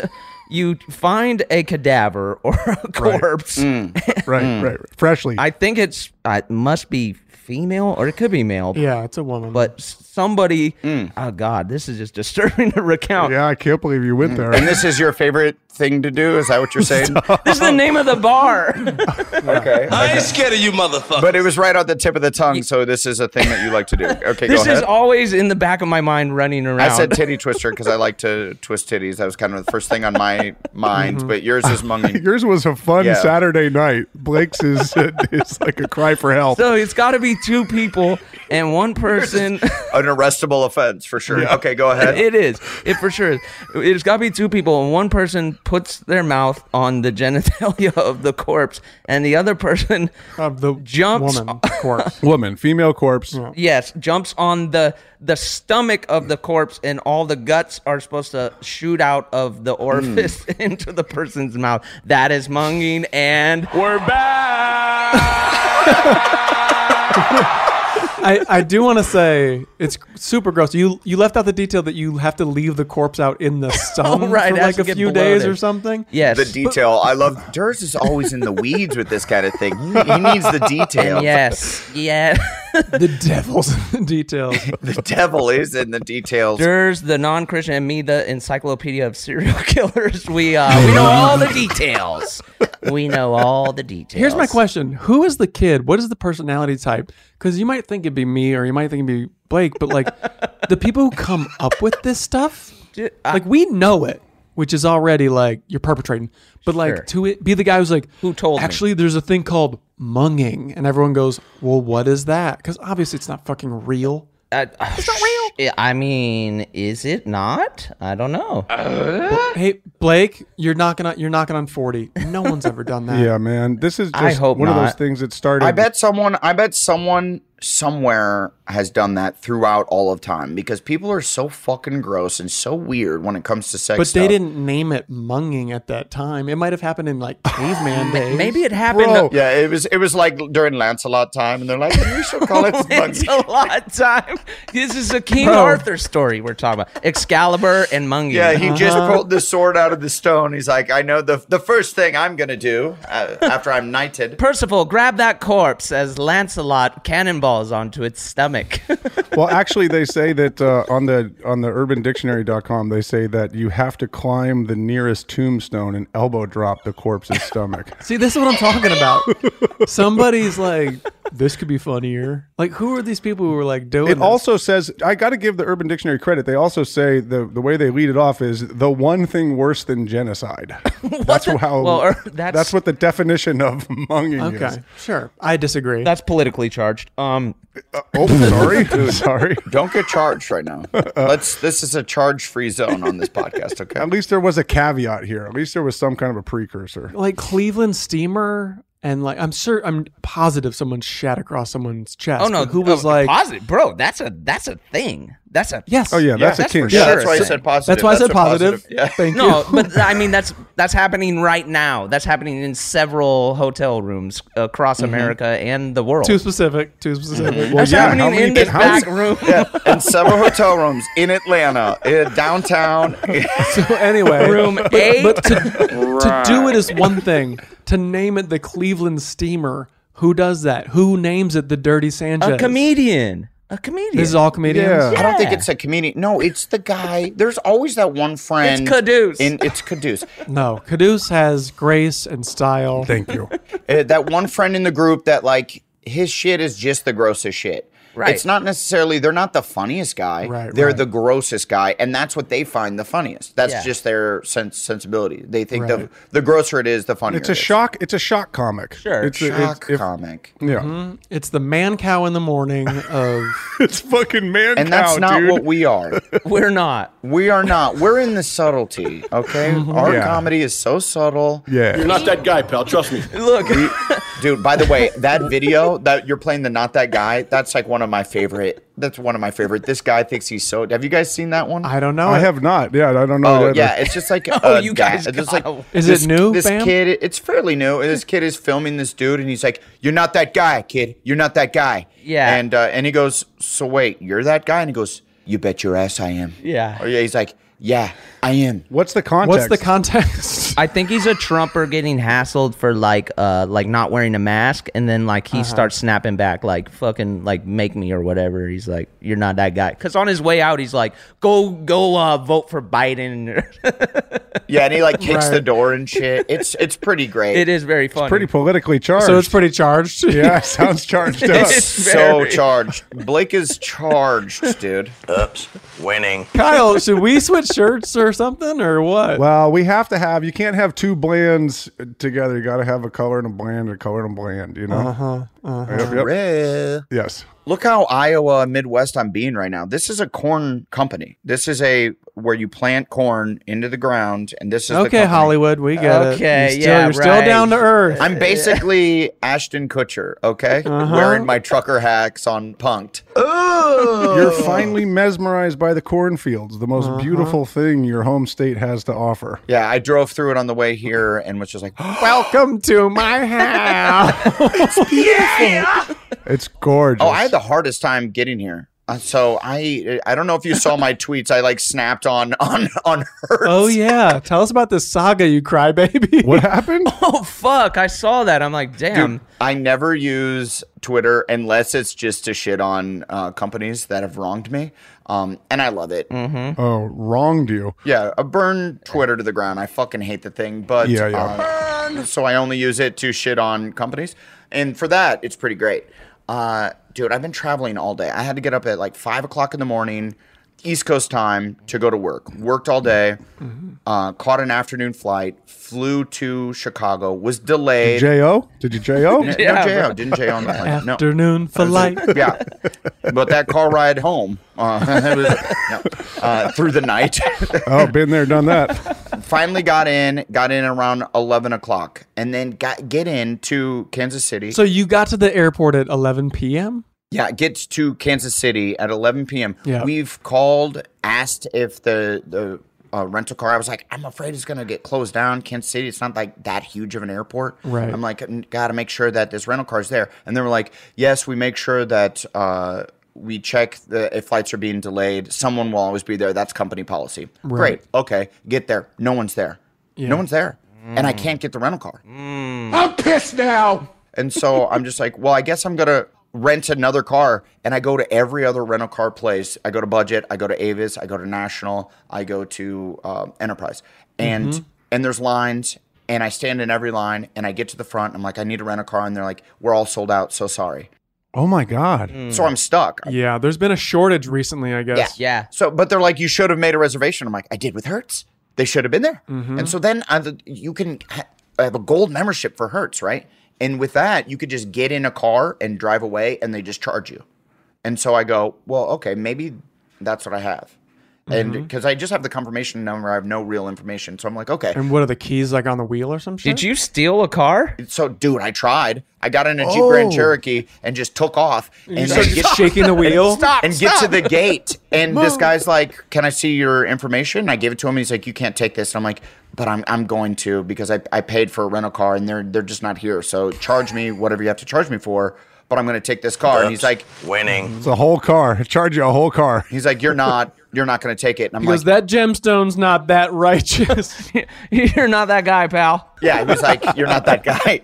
you find a cadaver or a corpse. Right, right, right. Freshly. I think it's uh, it must be female or it could be male. Yeah, it's a woman. But s- somebody, Mm. oh god, this is just *laughs* disturbing to recount. yeah, I can't believe you went there. And this is your favorite thing to do? Is that what you're saying? This is the name of *laughs* the bar. okay. I ain't scared of you motherfuckers. But it was right on the tip of the tongue, so this is a thing that you like to do. Okay, this go is ahead. always in the back of my mind, running around. I said titty twister because I like to twist titties. That was kind of the first thing on my mind, Mm-hmm. but yours is munging. Yours was a fun Yeah. Saturday night. Blake's is is like a cry for help. so it's got to be two people and one *laughs* person. An arrestable offense for sure. Okay, go *laughs* ahead. it is. It for sure is. It's got to be two people, and one person puts their mouth on the genitalia *laughs* of the corpse, and the other person of the jumps- woman, of course. Woman, female corpse. Yes, jumps on the the stomach of the corpse, and all the guts are supposed to shoot out of Hmm. the orifice *laughs* into the person's mouth. That is munging, and we're back. *laughs* I, I do want to say it's super gross. You you left out the detail that you have to leave the corpse out in *laughs* the sun right, for it has like to a get few days bloated. or *laughs* something. The detail. I love. Durs is always in the weeds with this kind of thing. He, he needs the detail. And yes, yeah. the devil's *laughs* details. the devil is in the details. Durs, the non-Christian, and me, the encyclopedia of serial *laughs* killers. We uh, we know all the *laughs* details. *laughs* We know all the details. Here's my question: Who is the kid? What is the personality type? Because you might think it'd be me, or you might think it'd be Blake, but like the people who come up with this stuff, Dude, I- like we know it, which is already like you're perpetrating. But like Sure. to it, be the guy who's like, who told? me? Actually, there's a thing called munging, and everyone goes, well, what is that? Because obviously it's not fucking real. Uh, it's not real. *sighs* I mean, is it not? I don't know. Bl- hey, Blake, you're knocking on you're knocking on forty. No one's ever done that. *laughs* Yeah, man. This is just I hope one of those not. things that started. I bet someone. I bet someone somewhere has done that throughout all of time because people are so fucking gross and so weird when it comes to sex. But they stuff. didn't name it munging at that time. It might have happened in like *laughs* caveman days. Maybe it Bro. Yeah, it was. It was like during Lancelot time, and they're like, "We should call it *laughs* It's a lot of time. This is a King Bro. Arthur story we're talking about. Excalibur and Uh-huh. Mungy. Yeah, he just pulled the sword out of the stone. He's like, I know the the first thing I'm gonna do uh, after I'm knighted. Percival, grab that corpse as Lancelot cannonballs onto its stomach. *laughs* well, actually, they say that uh, on the on the UrbanDictionary.com, they say that you have to climb the nearest tombstone and elbow drop the corpse's stomach. See, this is what I'm talking about. Somebody's like, this could be funnier. Like, who are these people who are like doing It this? also says I got to give the Urban Dictionary credit. They also say the the way they lead it off is the one thing worse than genocide. that's how. Well, Ur- that's, that's- what the definition of munging is. Okay, sure. I disagree. That's politically charged. Um, *laughs* oh, sorry, sorry. Don't get charged right *laughs* now. Uh, Let's. This is a charge free zone on this podcast. Okay. At least there was a caveat here. At least there was some kind of a precursor. like Cleveland Steamer, and like I'm sure I'm positive someone shat across someone's chest. oh no, but who was oh, like positive, bro? That's a that's a thing. That's a Yes. Oh, yeah, that's a king. for Yeah, sure that's a why I thing. said positive. That's why I That's said a positive. positive. Yeah. Thank no, you. but I mean that's that's happening right now. That's happening in several hotel rooms across America and the world. too specific, too specific. *laughs* Well, That's yeah, happening how many in this people- back room. Yeah, in several hotel rooms in Atlanta, in downtown. *laughs* So *laughs* anyway, Room but, eight. But to, to do it is one thing. To name it the Cleveland Steamer, who does that? Who names it the Dirty Sanchez? A comedian. A comedian. This is all comedians. I don't think it's a comedian. No, it's the guy. There's always that one friend. Caduce. In, it's Caduce. No, Caduce has grace and style. *laughs* Thank you. Uh, that one friend in the group that like his shit is just the grossest shit. Right. It's not necessarily they're not the funniest guy. Right, They're right. the grossest guy, and that's what they find the funniest. That's Yeah. just their sense sensibility. They think Right. the the grosser it is, the funnier. It's a shock. It's a shock comic. Sure. It's a Shock if- comic. Yeah. It's the man cow in the morning of. *laughs* *laughs* it's fucking man and that's not what we are. We're not. We are not. We're in *laughs* the subtlety. Okay. Our Mm-hmm. Yeah. comedy is so subtle. Yeah. You're not that guy, pal. Trust me. Look, dude. By the way, that video that you're playing, the not that guy. That's like one of my favorite. That's one of my favorite. This guy thinks he's so. Have you guys seen that one? I don't know. I have not. Yeah, I don't know. Oh it yeah, either. it's just like Oh, a you guy- guys it's just got like him. Is this- it new, This fam? kid, it's fairly new. And this kid is filming this dude, and he's like, "You're not that guy, kid. You're not that guy." Yeah. And uh, and he goes, "So wait, you're that guy?" And he goes, "You bet your ass I am." Yeah. Oh yeah, he's like, "Yeah, I am." What's the context? *laughs* I think he's a Trumper getting hassled for like uh like not wearing a mask and then like he Uh-huh. starts snapping back like fucking like make me or whatever. He's like you're not that guy cuz on his way out he's like go go uh vote for Biden. *laughs* Yeah, and he like kicks Right. the door and shit. It's it's pretty great. it is very funny. pretty politically charged. So it's pretty charged. *laughs* Yeah, sounds *laughs* charged up. It's so charged. Blake is charged, dude. Oops, winning. *laughs* Kyle, should we switch shirts or something or what? Well, we have to have. You can't have two blands together. You got to have a color and a bland, a color and a bland. You know. Uh-huh, uh-huh. Yep, yep. Hooray. Yes. Look how Iowa Midwest I'm being right now. This is a corn company. This is a where you plant corn into the ground, and this is the okay, company. Hollywood, we get it. Okay, You're still, yeah, you're still right. down to earth. *laughs* I'm basically Ashton Kutcher, okay? Uh-huh. Wearing my trucker hacks on punked. You're finally mesmerized by the cornfields, the most beautiful thing your home state has to offer. Yeah, I drove through it on the way here *gasps* and was just like, Welcome to my house. yeah! It's gorgeous. Oh, I had the hardest time getting here. Uh, So I I don't know if you *laughs* saw my tweets. I like snapped on on on her. *laughs* Oh yeah, tell us about this saga, you crybaby. *laughs* What *laughs* happened? Oh fuck! I saw that. I'm like, damn. Dude, I never use Twitter unless it's just to shit on uh, companies that have wronged me, um, and I love it. Oh, wronged you. Yeah, uh, burn Twitter to the ground. I fucking hate the thing, but Yeah, yeah. uh, so I only use it to shit on companies, and for that, it's pretty great. Uh, dude, I've been traveling all day. I had to get up at like five o'clock in the morning, East Coast time, to go to work. Worked all day, uh, caught an afternoon flight, flew to Chicago, was delayed. J.O.? Did you J.O.? *laughs* No, no J.O. Didn't J.O. on that plane. No. Afternoon for light. *laughs* Yeah, but that car ride home uh, *laughs* it was, no, uh, through the night. *laughs* oh, been there, done that. Finally got in, got in around eleven o'clock, and then got get in to Kansas City. So you got to the airport at 11 p.m. yeah, get to Kansas City at eleven p.m. Yeah. We've called, asked if the the uh, rental car. I was like, I'm afraid it's gonna get closed down. Kansas City, it's not like that huge of an airport. Right. I'm like, "N- gotta make sure that this rental car's there. And they were like, yes, we make sure that. Uh, we check the, if flights are being delayed. Someone will always be there. That's company policy. Right. Great. Okay. Get there. No one's there. Yeah. No one's there. And I can't get the rental car. I'm pissed now. And so I'm just like, well, I guess I'm gonna rent another car. And I go to every other rental car place. I go to Budget, I go to Avis, I go to National, I go to uh, Enterprise, and and there's lines. And I stand in every line, and I get to the front. And I'm like, I need to rent a car, and they're like, we're all sold out. So sorry. Oh my God. So I'm stuck. Yeah, there's been a shortage recently, I guess. Yeah. So, but they're like, you should have made a reservation. I'm like, I did with Hertz. They should have been there. And so then I, you can ha- have a gold membership for Hertz, right? And with that, you could just get in a car and drive away, and they just charge you. And so I go, well, okay, maybe that's what I have. And because I just have the confirmation number, I have no real information. So I'm like, okay. And what are the keys like on the wheel or some shit? Did you steal a car? So, dude, I tried. I got in a Jeep Grand Cherokee and just took off. Oh. And So I just *laughs* shaking the wheel. and get to the gate. And this guy's like, "Can I see your information?" I gave it to him. He's like, "You can't take this." And I'm like, "But I'm I'm going to because I, I paid for a rental car and they're they're just not here. So charge me whatever you have to charge me for. But I'm going to take this car." And he's like, Winning. It's a whole car. Charge you a whole car. "He's like, you're not you're not going to take it." And I'm Because that like, gemstone's not that righteous. You're not that guy, pal. "Yeah." He's like, "You're not that guy."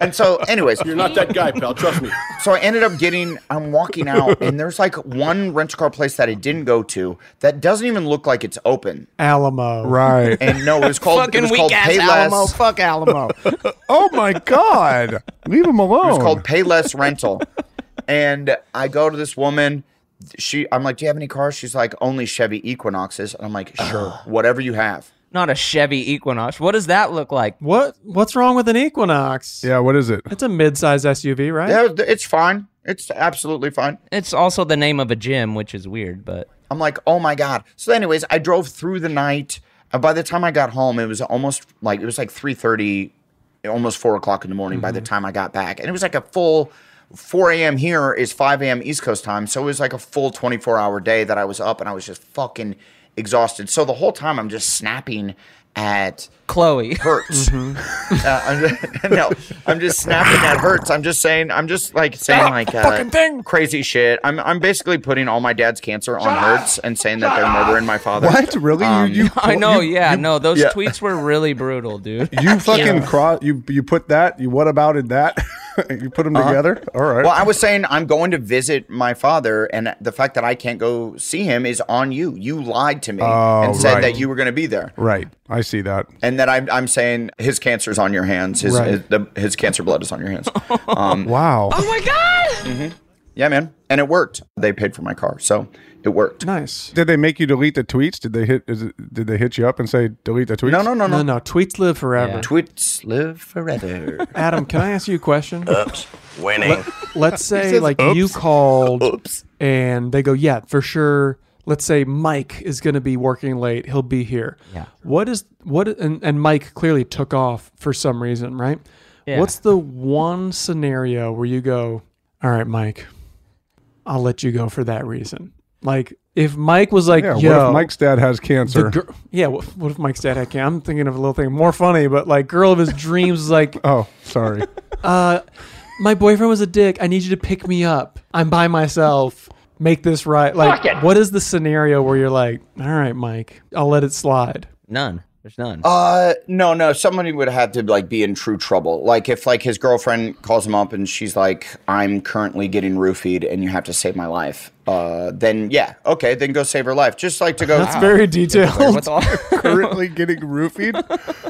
And so, anyways, You're not that guy, pal. Trust me. so I ended up getting. I'm walking out, and there's like one rental car place that I didn't go to that doesn't even look like it's open. *laughs* Alamo. Right. And no, it *laughs* was called it Fucking was called weak ass Payless. Alamo. Fuck Alamo. oh my God. Leave him alone. It's called *laughs* Payless Rental. And I go to this woman. She, I'm like, do you have any cars? She's like, only Chevy Equinoxes. And I'm like, *sighs* sure, whatever you have. not a Chevy Equinox. What does that look like? What what's wrong with an Equinox? yeah, what is it? It's a mid-size SUV, right? Yeah, it's fine. It's absolutely fine. It's also the name of a gym, which is weird, but I'm like, oh my god. So, anyways, I drove through the night. And by the time I got home, it was almost like it was like 3:30, almost four o'clock in the morning. By the time I got back, and it was like a full 4 a.m. here is 5 a.m. East Coast time, so it was like a full 24 hour day that I was up, and I was just fucking exhausted. So the whole time I'm just snapping at Chloe. Hertz. Mm-hmm. *laughs* Uh, I'm just- no, I'm just snapping at Hertz. I'm just saying. I'm just like saying like uh, crazy shit. I'm I'm basically putting all my dad's cancer on Hertz and saying that they're murdering my father. Um, What? Really? you, you, *laughs* I know, You, yeah, no, those yeah. tweets were really brutal, dude. *laughs* you fucking cross. You you put that. You what about in that? *laughs* you put them together. All right. *laughs* Uh-huh. Well, I was saying I'm going to visit my father, and the fact that I can't go see him is on you. You lied to me and said Oh, right. that you were going to be there, right. I see that. and that I'm, I'm saying his cancer's on your hands. His Right. his, the, his cancer blood is on your hands. *laughs* Um, Wow. yeah, man, and it worked. They paid for my car, so it worked. Nice. Did they make you delete the tweets? Did they hit? Is it, did they hit you up and say delete the tweets? No, no, no, no. No, no, tweets live forever. Tweets live forever. Adam, can I ask you a question? Winning. Let's say like you called and they go, Yeah, for sure. Let's say Mike is gonna be working late. He'll be here. Yeah. What is what and, and Mike clearly took off for some reason, right? Yeah. What's the one scenario where you go, All right, Mike, I'll let you go for that reason? Like if Mike was like, Yeah. Yo, What if Mike's dad has the cancer? gir- yeah, what, what if Mike's dad had cancer? I'm *laughs* thinking of a little thing more funny, but like girl of his dreams is like oh, sorry. my boyfriend was a dick. I need you to pick me up. I'm by myself. Make this right. Fuck it. Like, what is the scenario where you're like, all right, Mike, I'll let it slide? None. There's none. Um, *laughs* Uh, no, no. Somebody would have to like be in true trouble. Like if like his girlfriend calls him up and she's like, "I'm currently getting roofied, and you have to save my life." Uh, then yeah, okay, then go save her life. Just like to go. That's very detailed. What's currently getting roofied?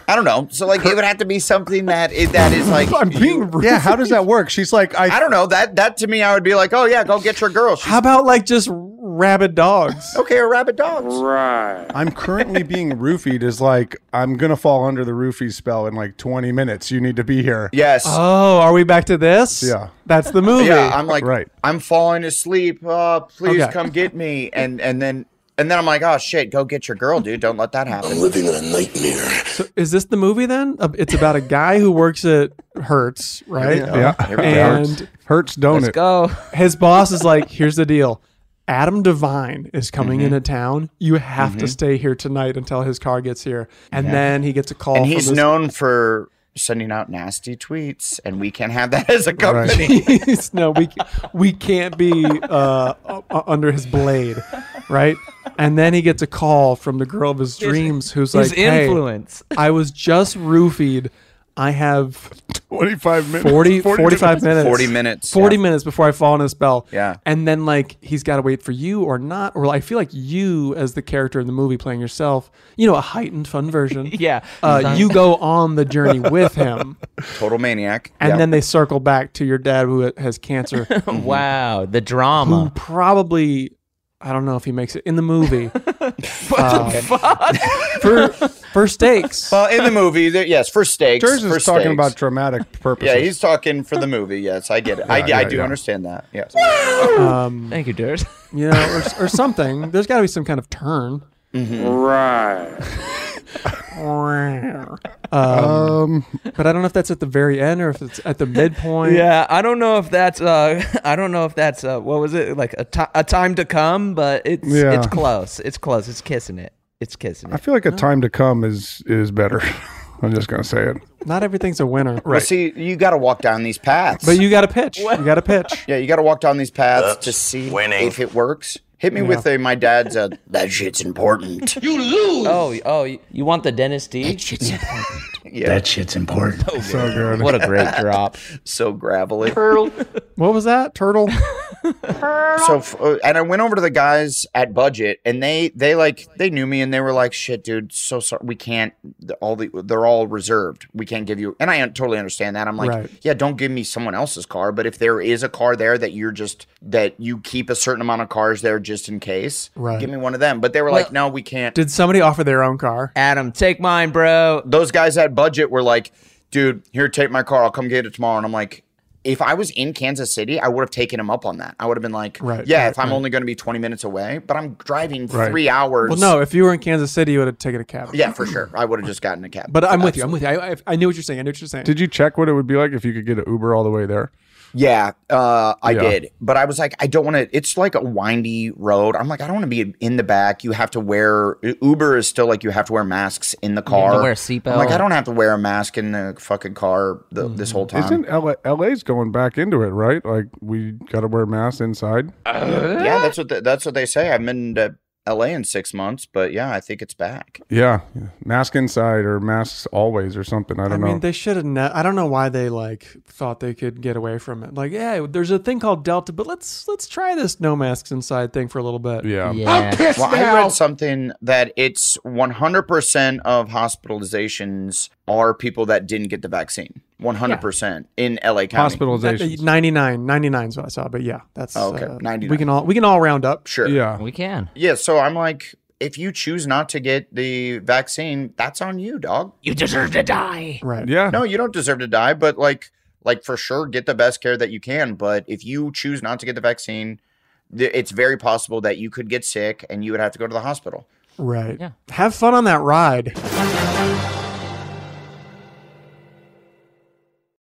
*laughs* I don't know. So like, it would have to be something that is, that *laughs* is like. I'm being yeah. How does that work? She's like, I, I don't know that that to me, I would be like, "Oh yeah, go get your girl." She's *laughs* How about like just rabid dogs? okay, or rabid dogs. Right. I'm currently being roofied is like I'm gonna fall under the roofie spell in like 20 minutes. You need to be here. Yes. Oh, are we back to this? Yeah. That's the movie. Yeah, I'm like, Right. I'm falling asleep. Uh, please Okay. come get me. And and then and then I'm like, oh shit, go get your girl, dude. Don't let that happen. Living in a nightmare. So is this the movie then? Uh, It's about a guy who works at Hertz, right? Yeah. Here we go. And Hurts donut. Let's go. his boss is like, here's the deal. Adam Devine is coming Mm-hmm. into town. You have to stay here tonight until his car gets here. And then he gets a call and from *laughs* he's this- known for sending out nasty tweets, and we can't have that *laughs* as a company. Jeez, no, we we can't be uh, u- u- under his blade, right? And then he gets a call from the girl of his dreams, who's His like, "Hey, influence. I was just roofied. I have 25 minutes. *laughs* 40, 45 minutes. 40 minutes, 40 yeah. minutes before I fall in a spell. Yeah. And then, like, he's got to wait for you or not. Or I feel like you, as the character in the movie playing yourself, you know, a heightened fun version. Yeah. Uh, you go on the journey with him. Total maniac. And Yeah. then they circle back to your dad who has cancer, Oh. wow, the who drama. probably, I don't know if he makes it in the movie. Um, *laughs* for, for stakes. well, in the movie, there, yes, for stakes. Hers for is talking stakes. about *laughs* dramatic purposes. Yeah, he's talking for the movie. Yes, I get it. I, Yeah, I yeah, do yeah. understand that. Yes. Thank you, Durs. you know, or, or something. *laughs* There's got to be some kind of turn. Right. um, but I don't know if that's at the very end or if it's at the midpoint. Yeah, I don't know if that's uh, *laughs* I don't know if that's uh, what was it like a ti- a time to come, but it's Yeah. it's close. It's close. It's kissing it. It's kissing I it. feel like a time to come is is better. *laughs* I'm just gonna say it. Not everything's a winner. Well, see, you got to walk down these paths. But you got to pitch. You got to pitch. yeah, you got to walk down these paths to Oops, see winning. if it works. Hit me with a my dad's uh that shit's important. Oh, oh, you- you want the Dennis D? Yeah, shit's important. So good. What a great drop. so gravelly. What was that? *laughs* Turtle? *laughs* So f- uh, and I went over to the guys at Budget, and they they like they knew me, and they were like, "Shit, dude, so sorry, we can't. the- All the they're all reserved. We can't give you." And I un- totally understand that. I'm like, Right. "Yeah, don't give me someone else's car, but if there is a car there that you're just that you keep a certain amount of cars there just in case, Right. give me one of them." But they were like, "No, we can't." Did somebody offer their own car? Adam, take mine, bro. those guys at budget were like, dude, here, take my car. I'll come get it tomorrow. And I'm like, if I was in Kansas City, I would have taken him up on that. I would have been like, Right, yeah, right, if I'm right. only going to be 20 minutes away, but I'm driving Right. three hours. Well, no. If you were in Kansas City, you would have taken a cab. Yeah, for sure. I would have just gotten a cab. But I'm with you. I'm with you. I, I, I knew what you're saying. I knew what you're saying. Did you check what it would be like if you could get an Uber all the way there? Yeah, uh, I Yeah. did. But I was like, I don't want to. It's like a windy road. I'm like, I don't want to be in the back. You have to wear. Uber is still like you have to wear masks in the car. wear a seatbelt. I'm like, I don't have to wear a mask in the fucking car the, this Mm. whole time. Isn't LA, LA's going back into it, right? Like we got to wear masks inside. Yeah, that's what the, that's what they say. I've been to LA in six months, but yeah, I think it's back. Yeah, mask inside or masks always or something. I I don't mean, know. they should have. Ne- I don't know why they like thought they could get away from it. Like, yeah, there's a thing called Delta, but let's let's try this no masks inside thing for a little bit. yeah. Yeah. Well, I read something that it's 100% of hospitalizations are people that didn't get the vaccine. 100% in LA County. That- Hospitalizations. 99 99 is what I saw, but yeah, that's Oh, okay. uh, 99. We can all we can all round up. Sure. yeah. *laughs* We can. Yeah, so I'm like if you choose not to get the vaccine, that's on you, dog. You deserve to die. Right. Yeah. No, you don't deserve to die, but like like for sure get the best care that you can, but if you choose not to get the vaccine, th- it's very possible that you could get sick and you would have to go to the hospital. Right. Have fun on that ride.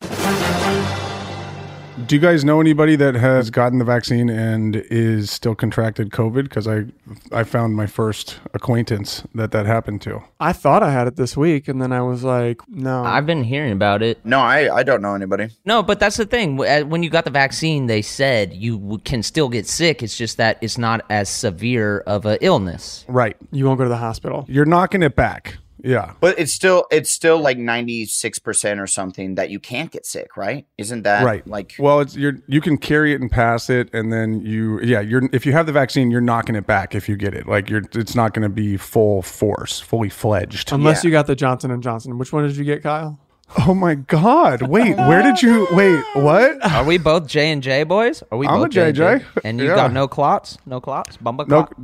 Do you guys know anybody that has gotten the vaccine and is still contracted COVID? Because I, I found my first acquaintance that that happened to. I thought I had it this week, and then I was like, no. I've been hearing about it. No, I, I don't know anybody. No, but that's the thing. Wh- uh, When you got the vaccine, they said you w- can still get sick. It's just that it's not as severe of a illness. Right. You won't go to the hospital. You're knocking it back. Yeah. But it's still it's still like ninety six percent or something that you can't get sick, right? Isn't that right. Like well, it's you're you can carry it and pass it, and then you yeah you're if you have the vaccine, you're knocking it back if you get it. Like you're it's not going to be full force, fully fledged. Unless you got the Johnson and Johnson. Which one did you get, Kyle? Oh my God! Wait, where did you wait? What? *laughs* Are we both J and J boys? Are we I'm both a J&J. J&J? And you Yeah. got no clots, no clots, bumba No, clot.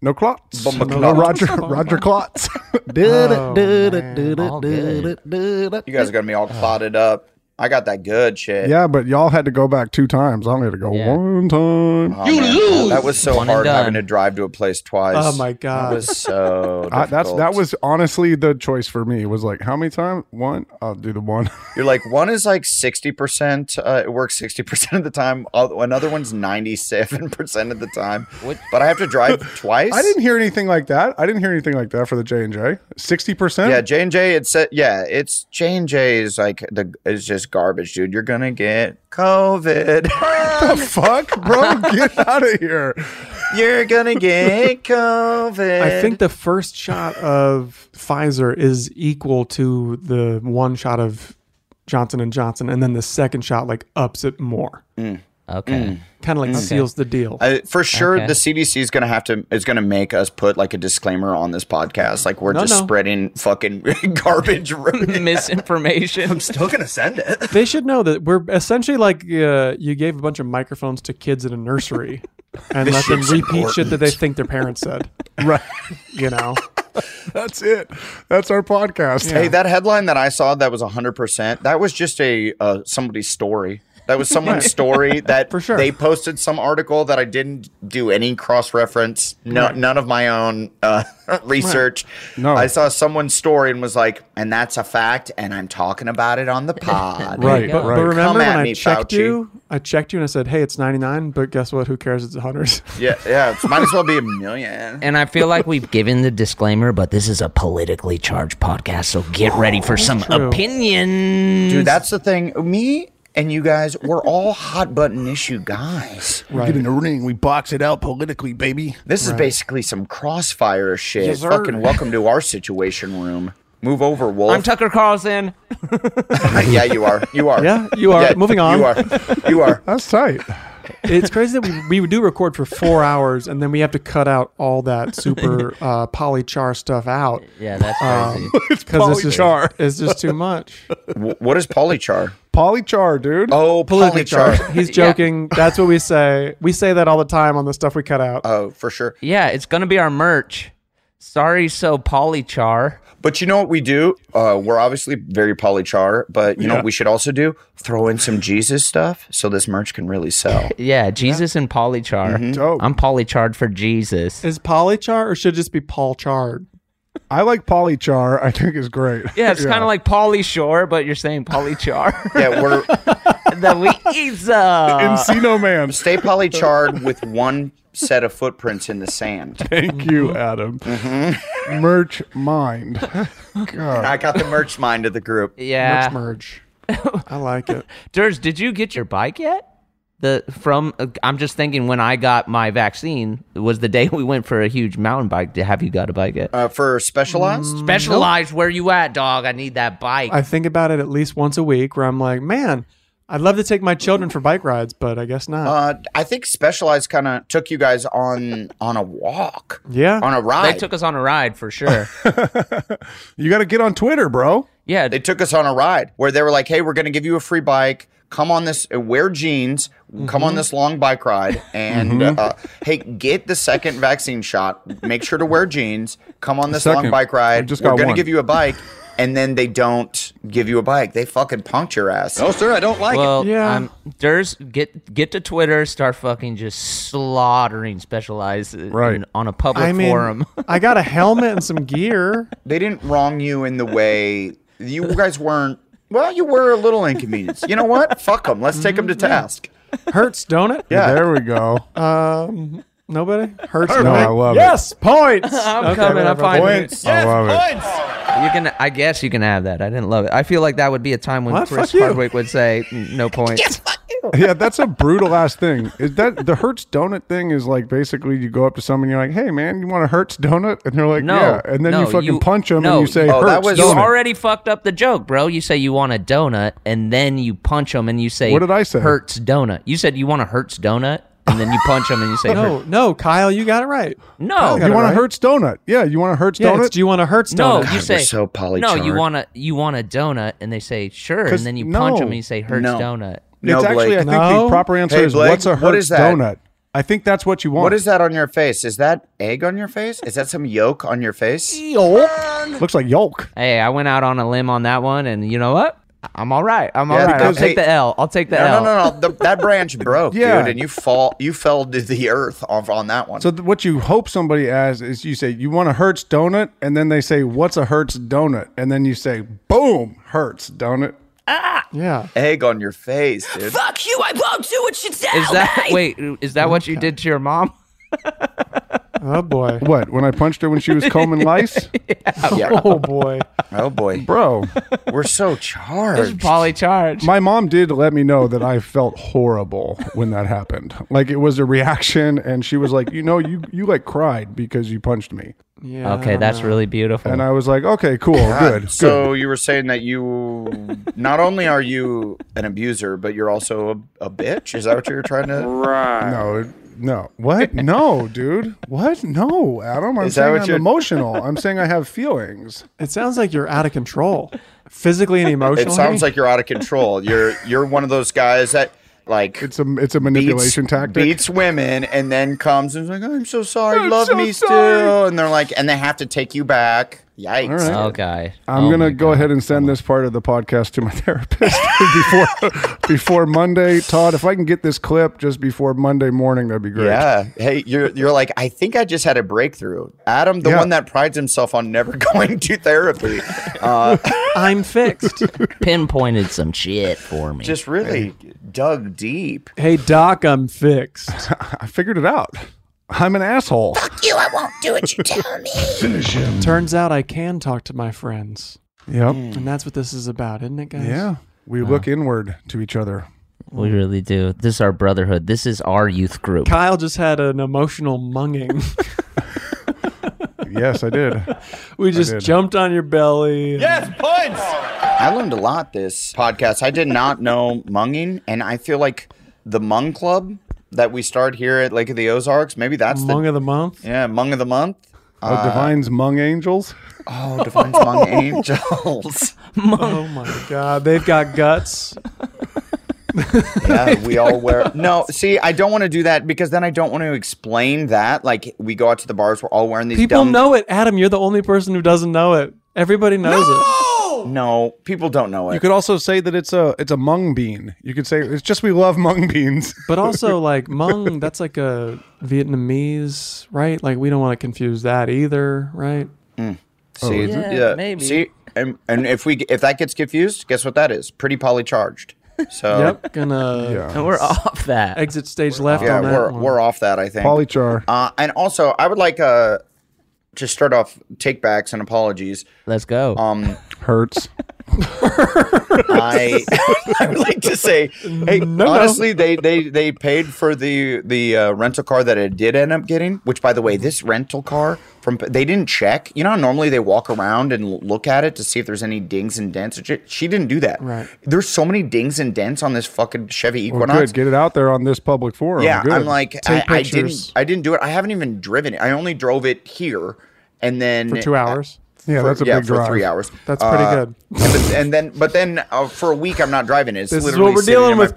no clots. Bumba no clots. Roger Roger *laughs* clots. Did it, did it, did it, All did good. it, did it. you guys are gonna be all clotted up. I got that good shit. uh, Yeah, but y'all had to go back two times. I only had to go one time. Oh, man. That was so One and hard done. having to drive to a place twice. Oh my God. That was so. *laughs* I, that's difficult. that was honestly the choice for me. Was like, how many times? One. I'll do the *laughs* one. You're like one is like sixty percent. Uh, it works sixty percent of the time. oth- Another one's ninety seven percent of the time. What- But I have to drive twice. I didn't hear anything like that. I didn't hear anything like that for the J and J. Sixty *laughs* percent. Yeah, J and J. It said, yeah, it's J and J is like the is just garbage, dude. You're gonna get COVID. *laughs* the fuck, bro? Get out of here. You're *laughs* gonna get COVID. I think the first shot of Pfizer is equal to the one shot of Johnson and Johnson, and then the second shot like ups it more. Okay. Kind of like Okay. seals the deal. Uh, for sure, Okay. the CDC is going to have to is going to make us put like a disclaimer on this podcast, like we're No, just no. spreading fucking *laughs* *laughs* garbage, Mm. *laughs* misinformation. I'm still gonna send it. they should know that we're essentially like uh, you gave a bunch of microphones to kids in a *laughs* nursery and This let them shit's repeat shit that they important. think their parents said. *laughs* right. You know. That's it. That's our podcast. Hey, that headline that I saw that was 100%, that was just a uh, somebody's story. That was *laughs* someone's Right. story that For sure. they posted some article that I didn't do any cross reference, no, Right. none of my own uh, *laughs* research. No. I saw someone's story and was like, and that's a fact, and I'm talking about *laughs* it on the pod. Right. But, but remember Come when at I me, checked Fauci. you, I checked you and I said, hey, it's 99, but guess what? Who cares? It's 100. Yeah, yeah. Might as well be *laughs* a million. And I feel like we've given the disclaimer, but this is a politically charged podcast, so get ready for some opinions. Dude, that's the thing. Me and you guys, we're all hot button issue guys. We get in the ring, we box it out politically, baby. This is Right. basically some crossfire shit. Yes, sir. Fucking welcome to our situation room. Move over, Wolf. I'm Tucker Carlson. *laughs* yeah, you are. You are. Yeah, you are. Yeah, Moving on. You are. You *laughs* are. That's tight. *laughs* it's crazy that we, we do record for four hours and then we have to cut out all that *laughs* super uh, polychar stuff out. Yeah, that's Um, crazy. *laughs* 'cause it's polychar. just, it's just too much. W- what is polychar? Polychar, dude. Oh, Politically polychar. charged. He's joking. That's what we say. We say that all the time on the stuff we cut out. Oh, for sure. yeah, it's gonna be our merch. Sorry, so polychar. But you know what we do? Uh, we're obviously very polychar, but you know what we should also do? Throw in some Jesus stuff so this merch can really sell. Yeah, Mm-hmm. Jesus and polychar. Dope. I'm polycharred for Jesus. Is polychar or should it just be Paul Chard? I like polychar. I think is great. Yeah, it's kind of like Polly Shore, but you're saying polychar. *laughs* yeah, *laughs* we're the Weezer. Encino Man. stay polycharred with one set of footprints in the sand. Thank Mm-hmm. you, Adam. Merch mind. God. I got the merch mind of the group. Merch Yeah. merge. I like it. Durs, did you get your bike yet? The from uh, I'm just thinking when I got my vaccine was the day we went for a huge mountain bike. Have you got a bike yet? Uh, for specialized, Specialized, where you at, dog? I need that bike. I think about it at least once a week where I'm like, man, I'd love to take my children for bike rides, but I guess not. uh, I think specialized kind of took you guys on on a walk, yeah. on a they ride. took us on a ride *laughs* for sure. You got to get on Twitter, bro. yeah, they took us on a ride where they were like, "Hey, we're going to give you a free bike. Come on this, uh, wear jeans. Come Mm-hmm. on this long *laughs* bike ride, and uh, hey, get the second vaccine shot. Make sure to wear jeans. Come on this long Second. bike I ride. just we're got going to one. give you a bike." And then they don't give you a bike. They fucking punked your ass. No, sir, I don't like it. well, Yeah. um, Durs, get get to Twitter, start fucking just slaughtering specialized uh, Right. in- on a public I mean, *laughs* forum. I got a helmet and some gear. they didn't wrong you in the way you guys weren't. Well, you were a little inconvenienced. You know what? Fuck them. Let's take them Mm-hmm. to task. Hurts, don't it? Yeah. There we *laughs* go. Um, nobody? Hurts, don't No, it? I love it. yes, points. I'm Okay, coming. I'm whatever. finding it. Points. I love it. You can, I guess, you can have that. I didn't love it. I feel like that would be a time when What? Chris Fuck you. Hardwick would say, *laughs* "N- "No points." *laughs* yeah, that's a brutal ass thing. Is that the Hertz donut thing? Is like basically you go up to someone, you're like, "Hey, man, you want a Hertz donut?" And they're like, No, "Yeah," and then no, you fucking you- punch them no, and you say, Oh, "Hertz that was- You donut." already fucked up the joke, bro. You say you want a donut, and then you punch him, and you say, What did I say? Hertz donut." You said you want a Hertz donut, and then you punch him, and you *laughs* say, No, "Hertz." no, Kyle, you got it right. No, Oh, you it want right. a Hertz donut? Yeah, you want a Hertz Yeah, donut? it's, do you want a Hertz no, donut? you we're say so No, you polycharmed. want a you want a donut, and they say sure, 'Cause and then you punch no. him, and you say Hertz No. donut. it's No, actually, Blake. I think No? the proper answer Hey, is Blake, what's a Hertz what is that? donut? I think that's what you want. What is that on your face? Is that egg on your face? Is that some yolk on your face? Looks like yolk. Hey, I went out on a limb on that one, and you know what? I'm all right. I'm all Yeah, right. I'll because- take the L. I'll take the No, no, L. no, no. The, that branch broke, Yeah. dude, and you fall. You fell to the earth on, on that one. So th- what you hope somebody asks is you say you want a Hertz donut, and then they say what's a Hertz donut, and then you say boom Hertz donut. Yeah. egg on your face, dude. Fuck you, I won't do what you tell *laughs* Is that wait? Is that what you did to your mom? Oh boy. What? When I punched her when she was combing *laughs* lice? Yeah. Oh boy. *laughs* Oh boy, bro, we're so charged. poly charged. My mom did let me know that I felt horrible when that happened. Like it was a reaction, and she was like, "You know, you you like cried because you punched me." Yeah. okay, that's really beautiful. And I was like, "Okay, cool, God, good." So you were saying that you not only are you an abuser, but you're also a, a bitch. Is that what you're trying to? good. No, it- no, what? *laughs* No, dude, what? No, Adam. I'm Is that saying what I'm you're- *laughs* emotional. I'm saying I have feelings. It sounds like you're out of control, physically and emotionally. It sounds like you're out of control. You're you're one of those guys that like It's a it's a manipulation beats, tactic. Beats women and then comes and is like, I'm so sorry, I'm love so me sorry." still. And they're like, and they have to take you back. Yikes. All right. Okay. I'm Oh gonna my go God. ahead and send this part of the podcast to my *laughs* therapist before before Monday. Todd, if I can get this clip just before Monday morning, that'd be great. Yeah. Hey, you're you're like, I think I just had a breakthrough. Adam, the Yeah. one that prides himself on never *laughs* going *laughs* to therapy, uh, *laughs* I'm fixed. pinpointed some shit for me. just really dug deep. hey Doc, I'm fixed. I figured it out. I'm an asshole. You, I won't do what you tell me. Finish him. Turns out I can talk to my friends, Yep. Mm. and that's what this is about, isn't it, guys? Yeah. We look inward to each other. we Mm. really do. This is our brotherhood. This is our youth group. Kyle just had an emotional munging. *laughs* Yes, I *laughs* did. we did. just jumped on your belly. Yes, points. I learned a lot this podcast. I did not know munging, and I feel like the Mung Club that we start here at Lake of the Ozarks, maybe that's Mung the of the *laughs* month. yeah Mung of the month. Oh, Uh, Divine's Mung Angels. Oh, Divine's *laughs* Mung Angels. Oh my God, they've got guts. yeah, we all wear. No, see, I don't want to do that because then I don't want to explain that. Like we go out to the bars, we're all wearing these. People dumb- know it. Adam, you're the only person who doesn't know it. Everybody knows it. No, people don't know it. You could also say that it's a it's a mung bean. You could say it's just we love mung beans. But also, like Hmong, that's like a Vietnamese, right? Like we don't want to confuse that either, right? see, Oh, yeah, maybe. See, and, and if we if that gets confused, guess what that is? Pretty polycharged. So Yep. *laughs* Gonna Yeah. And we're off that. exit stage left yeah, on that we're one. we're off that. I think. *laughs* Polychar. Uh, and also, I would like uh, to start off take backs and apologies. Let's go. *laughs* Um, *laughs* Hurts. I *laughs* I would like to say, hey, honestly, they they they paid for the the uh, rental car that I did end up getting. Which, by the way, this rental car from they didn't check. You know, how normally they walk around and l- look at it to see if there's any dings and dents. and shit? She didn't do that. Right. There's so many dings and dents on this fucking Chevy Well, Equinox. good. Get it out there on this public forum. Yeah, Good. I'm like I, Oh, Take I pictures. didn't I didn't do it. I haven't even driven it. I only drove it here, and then for two hours. yeah, that's a yeah, big for drive. three hours. That's pretty Uh, good. And, but, and then, but then uh, for a week, I'm not driving. It's This is literally what we're sitting dealing in my with,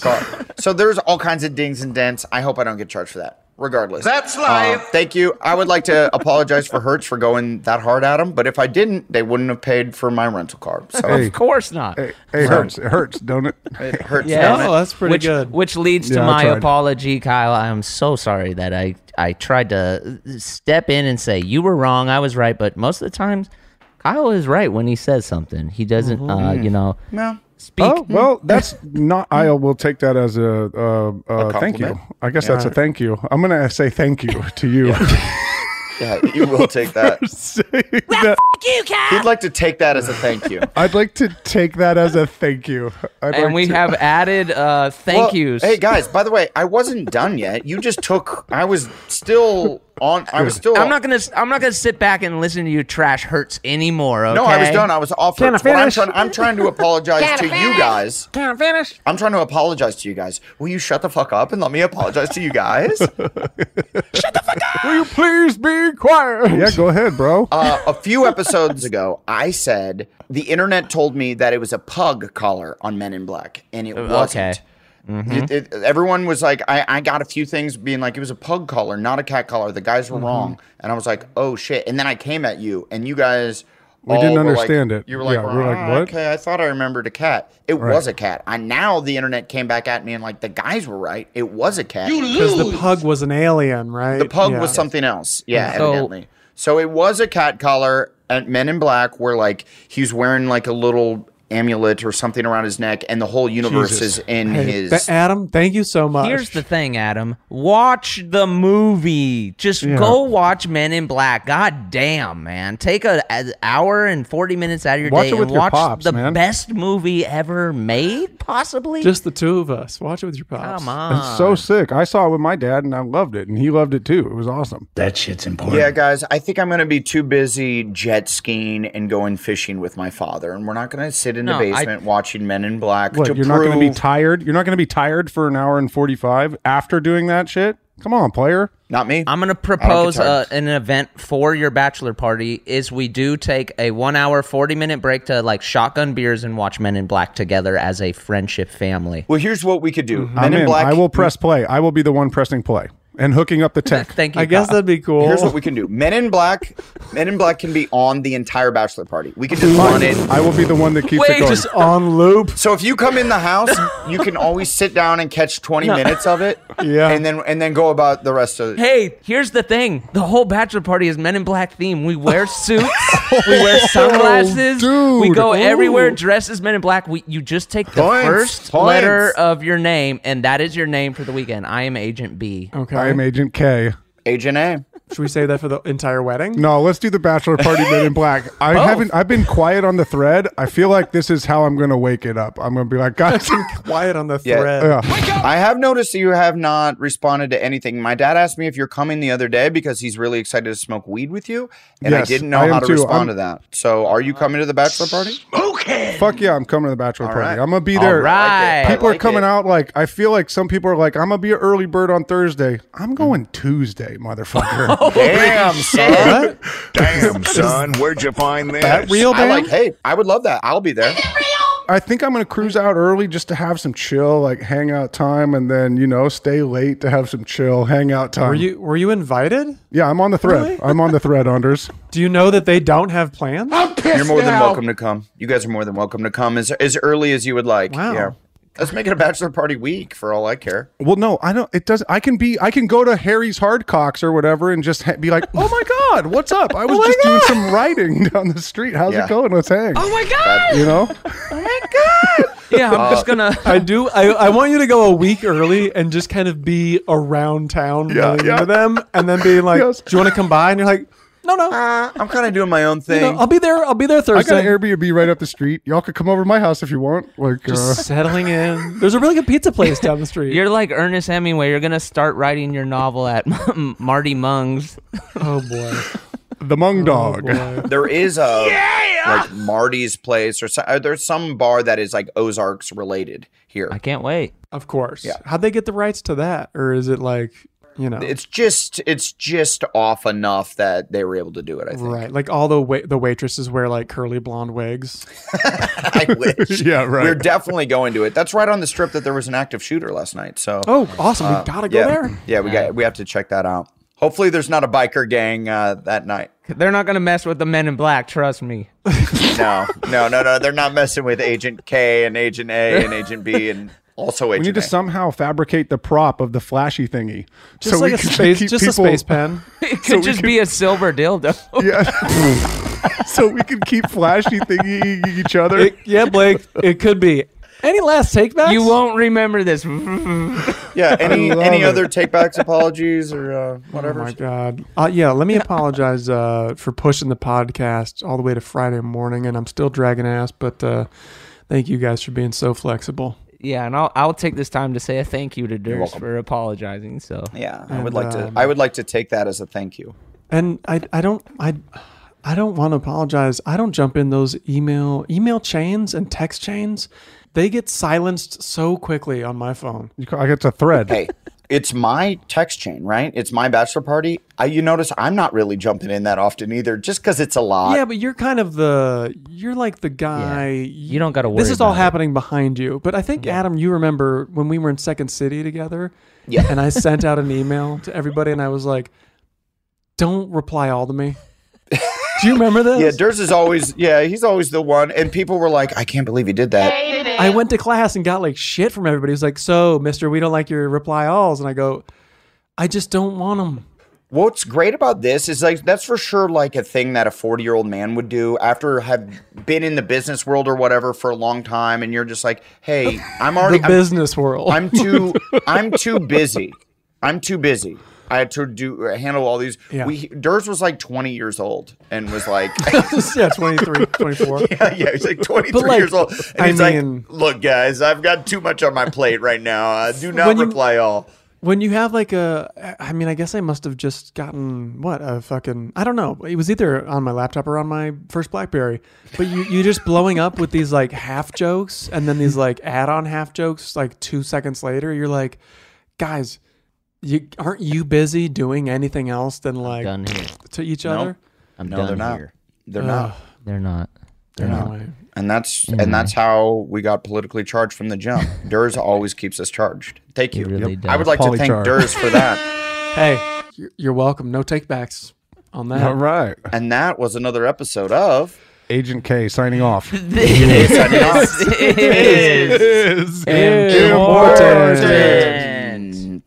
guys. car. So there's all kinds of dings and dents. I hope I don't get charged for that. Regardless, That's life. Uh, thank you. I would like to apologize for Hertz for going that hard at him, but if I didn't, they wouldn't have paid for my rental car. So Hey. of course not. Hey, hey, it hurts. It hurts, don't *laughs* it? it hurts. Yeah. don't it? Oh, that's pretty which, *laughs* good. Which leads to Yeah, I my tried. apology, Kyle. I'm so sorry that I I tried to step in and say you were wrong, I was right. But most of the times, Kyle is right when he says something. He doesn't, Mm-hmm. uh, you know, No. speak. Oh well, that's not. I will take that as a, uh uh thank you. compliment. I guess that's a thank you. I'm gonna say thank *laughs* you to you. Yeah, you will take *laughs* that. Saying that- He'd like to take that as a thank you. I'd like to take that as a thank you. I'd like and we to- have added uh, thank Well, yous. Hey guys, by the way, I wasn't done yet. You just took. I was still on. I was still. I'm not gonna s- I'm not gonna sit back and listen to you trash hurts anymore. Okay? No, I was done. I was off. Can I It's what I'm, finish? trying, I'm trying to apologize to you guys. Can I finish? I'm trying to apologize to you guys. Will you shut the fuck up and let me apologize to you guys? Will you please be *laughs* quiet? Yeah, go ahead, bro. Uh, a few episodes ago, I said the internet told me that it was a pug collar on Men in Black, and it wasn't. okay. It- it- everyone was like, I, I got a few things being like, it was a pug collar, not a cat collar. The guys were wrong. And I was like, oh shit. And then I came at you, and you guys. We all didn't were like- understand it. You were like, Yeah, we're like, "Ah, what?" Okay, I thought I remembered a cat. It was a cat. I now the internet came back at me and like the guys were right. It was a cat. You Because the lose. pug was an alien, right? The pug Yeah. was something else. Yeah, So- evidently. So it was a cat collar. And Men in Black were like, he's wearing like a little amulet or something around his neck, and the whole universe Jesus. is in Hey, his. th- Adam, thank you so much. Here's the thing, Adam. Watch the movie. Just Yeah. go watch Men in Black. God damn, man. Take a, an hour and 40 minutes out of your Watch day it with and your watch pops, the man. best movie ever made, possibly. Just the two of us. Watch it with your pops. Come on. It's so sick. I saw it with my dad and I loved it, and he loved it too. It was awesome. That shit's important. Yeah, guys, I think I'm going to be too busy jet skiing and going fishing with my father, and we're not going to sit in No, the I- basement watching Men in Black. What, to you're not going to be prove- tired. You're not going to be tired for an hour and forty five after doing that shit. Come on, player. Not me. I'm going to propose uh, an event for your bachelor party is we do take a one hour, 40 minute break to like shotgun beers and watch Men in Black together as a friendship family. Well, here's what we could do. Mm-hmm. I'm in. I will press play. I will be the one pressing play and hooking up the tech. Thank I guess that'd be cool. Here's what we can do. Men in Black, Men in Black can be on the entire bachelor party. We can just Fine. run it. I will be the one that keeps it going. *laughs* on loop. So if you come in the house, you can always sit down and catch 20 No. minutes of it. Yeah. And then and then go about the rest of it. Hey, here's the thing. The whole bachelor party is Men in Black theme. We *laughs* wear suits, we wear sunglasses, Oh, we go dude. everywhere Ooh. dressed as Men in Black. We, you just take the Points, first points. letter of your name, and that is your name for the weekend. I am Agent B. Okay. I am Agent K. Agent A. Should we say that for the entire wedding? No, let's do the bachelor party men in *laughs* black. I Both. haven't. I've been quiet on the thread. I feel like this is how I'm going to wake it up. I'm going to be like, *laughs* guys, quiet on the Yeah. thread. I have noticed that you have not responded to anything. My dad asked me if you're coming the other day because he's really excited to smoke weed with you, and I Yes, didn't know I am how to too. respond I'm- to that. So, are you coming to the bachelor party? *laughs* Fuck yeah, I'm coming to the bachelor All party. right. I'm gonna be All there. right. I People like are coming it. out like I feel like some people are like, I'm gonna be an early bird on Thursday. Mm. I'm going Tuesday, motherfucker. *laughs* *laughs* Damn, son. Damn, son, where'd you find this? That real, I man? like, hey, I would love that. I'll be there. I think I'm gonna cruise out early just to have some chill, like hangout time, and then you know stay late to have some chill hangout time. Were you were you invited? Yeah, I'm on the thread. I'm on the thread, Anders. Do you know that they don't have plans? I'm You're more than welcome to come. You guys are more than welcome to come as as early as you would like. Wow. Yeah. Let's make it a bachelor party week for all I care. Well, no, I don't. It does. I can be. I can go to Harry's Hardcocks or whatever, and just ha- be like, "Oh my God, what's up? I was just doing some writing *laughs* down the street. How's Yeah. it going? Let's hang." Oh my God! You know, Yeah, I'm Uh, just gonna. *laughs* I do. I, I want you to go a week early and just kind of be around town Yeah, running yeah. into them, and then being like, "Do you want to come by?" And you're like, "No, no, I'm kind of doing my own Uh, you thing. know, oh. I'll be there. I'll be there Ah, I got Thursday." an Airbnb right up the street. Y'all could come over to my house if you want. Like, just uh, settling in. There's a really good pizza place down the street. You're like Ernest Hemingway. You're gonna start writing your novel at *laughs* Marty Mung's. oh *laughs* boy. uh, Oh, the Mung Dog. there is *laughs* a like Marty's place or so, uh, there's some bar that is like Ozarks related here. I can't wait. Of course. Yeah. How'd they get the rights to that, or is it like you know? It's just it's just off enough that they were able to do it. I think. Right, like all the wa- the waitresses wear like curly blonde wigs. *laughs* I *laughs* wish. yeah, right. We're definitely going to it. That's right on the strip that there was an active shooter last night. So Oh, awesome! uh, we gotta go yeah. there. Yeah, we got we have to check that out. Hopefully, there's not a biker gang uh, that night. They're not gonna mess with the Men in Black. Trust me. No, no, no, no. They're not messing with Agent K and Agent A and Agent B and also we Agent need to A. somehow fabricate the prop of the flashy thingy. Just we like a can space, keep just people- a space *laughs* pen. It could just be a silver dildo. Yeah. *laughs* so we can keep flashy thingy each other. It- yeah, Blake, it could be. Any last take backs? *laughs* You won't remember this. Yeah. Any I love any it. other takebacks, apologies, or uh, whatever. Oh my god. Uh, yeah, let me apologize uh, for pushing the podcast all the way to Friday morning, and I'm still dragging ass. But uh, thank you guys for being so flexible. *laughs* Yeah, and I'll I'll take this time to say a thank you to Durs welcome. for apologizing. So yeah, I And, would like to. um, I would like to take that as a thank you. And I, I don't, I, I don't want to apologize. I don't jump in those email email chains and text chains. They get silenced so quickly on my phone. You ca- I get a thread. Hey, it's my text chain, right? It's my bachelor party. I, you notice I'm not really jumping in that often either, just because it's a lot. yeah, but you're kind of the, you're like the guy. you don't gotta worry. this is all about it. happening behind you. But I think Adam, you remember when we were in Second City together. Yeah. And I sent out *laughs* an email to everybody, and I was like, "Don't reply all to me." Do you *laughs* remember this? Yeah, Durs is always yeah, he's always the one. And people were like, I can't believe he did that. I went to class and got like shit from everybody. It was like, "So, Mister, we don't like your reply alls," and I go, "I just don't want them. What's great about this is like that's for sure like a thing that a 40 year old man would do after have been in the business world or whatever for a long time, and you're just like, hey, I'm already the I'm- business world. *laughs* I'm too I'm too busy. I'm too busy. I had to do uh, handle all these. Yeah. We Durs was like 20 years old and *laughs* was like *laughs* yeah, 23, 24. yeah, *laughs* yeah, he's like 23 like, years old and I he's mean- like, "Look guys, I've got too much on my plate right now. *laughs* Uh, do not When you- reply all." When you have like a, I mean, I guess I must have just gotten what a fucking, I don't know. It was either on my laptop or on my first BlackBerry. But you, you're just blowing up with these like half jokes and then these like add-on half jokes. Like two seconds later, you're like, guys, you aren't you busy doing anything else than like done here. *laughs* to each Nope. other? I'm no, done they're not. here. They're Ugh. not. They're not. They're not. Anyway. And that's Mm-hmm. and that's how we got politically charged from the jump. Durs *laughs* always keeps us charged. Thank you. really Yep. I would does. like to thank Polycharged. Durs for *laughs* that. Hey, you're- you're welcome. No takebacks on that. All right. And that was another episode of Agent K signing off. Yes, I mean, I- is This important. And-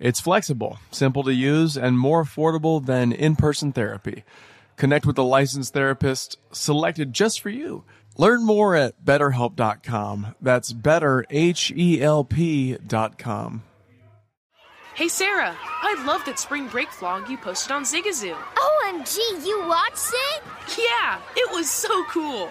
It's flexible, simple to use, and more affordable than in person therapy. Connect with a licensed therapist selected just for you. Learn more at betterhelp.com. That's better, H E L P.com. Hey Sarah, I love that spring break vlog you posted on Zigazoo. OMG, you watched it? Yeah, it was so cool.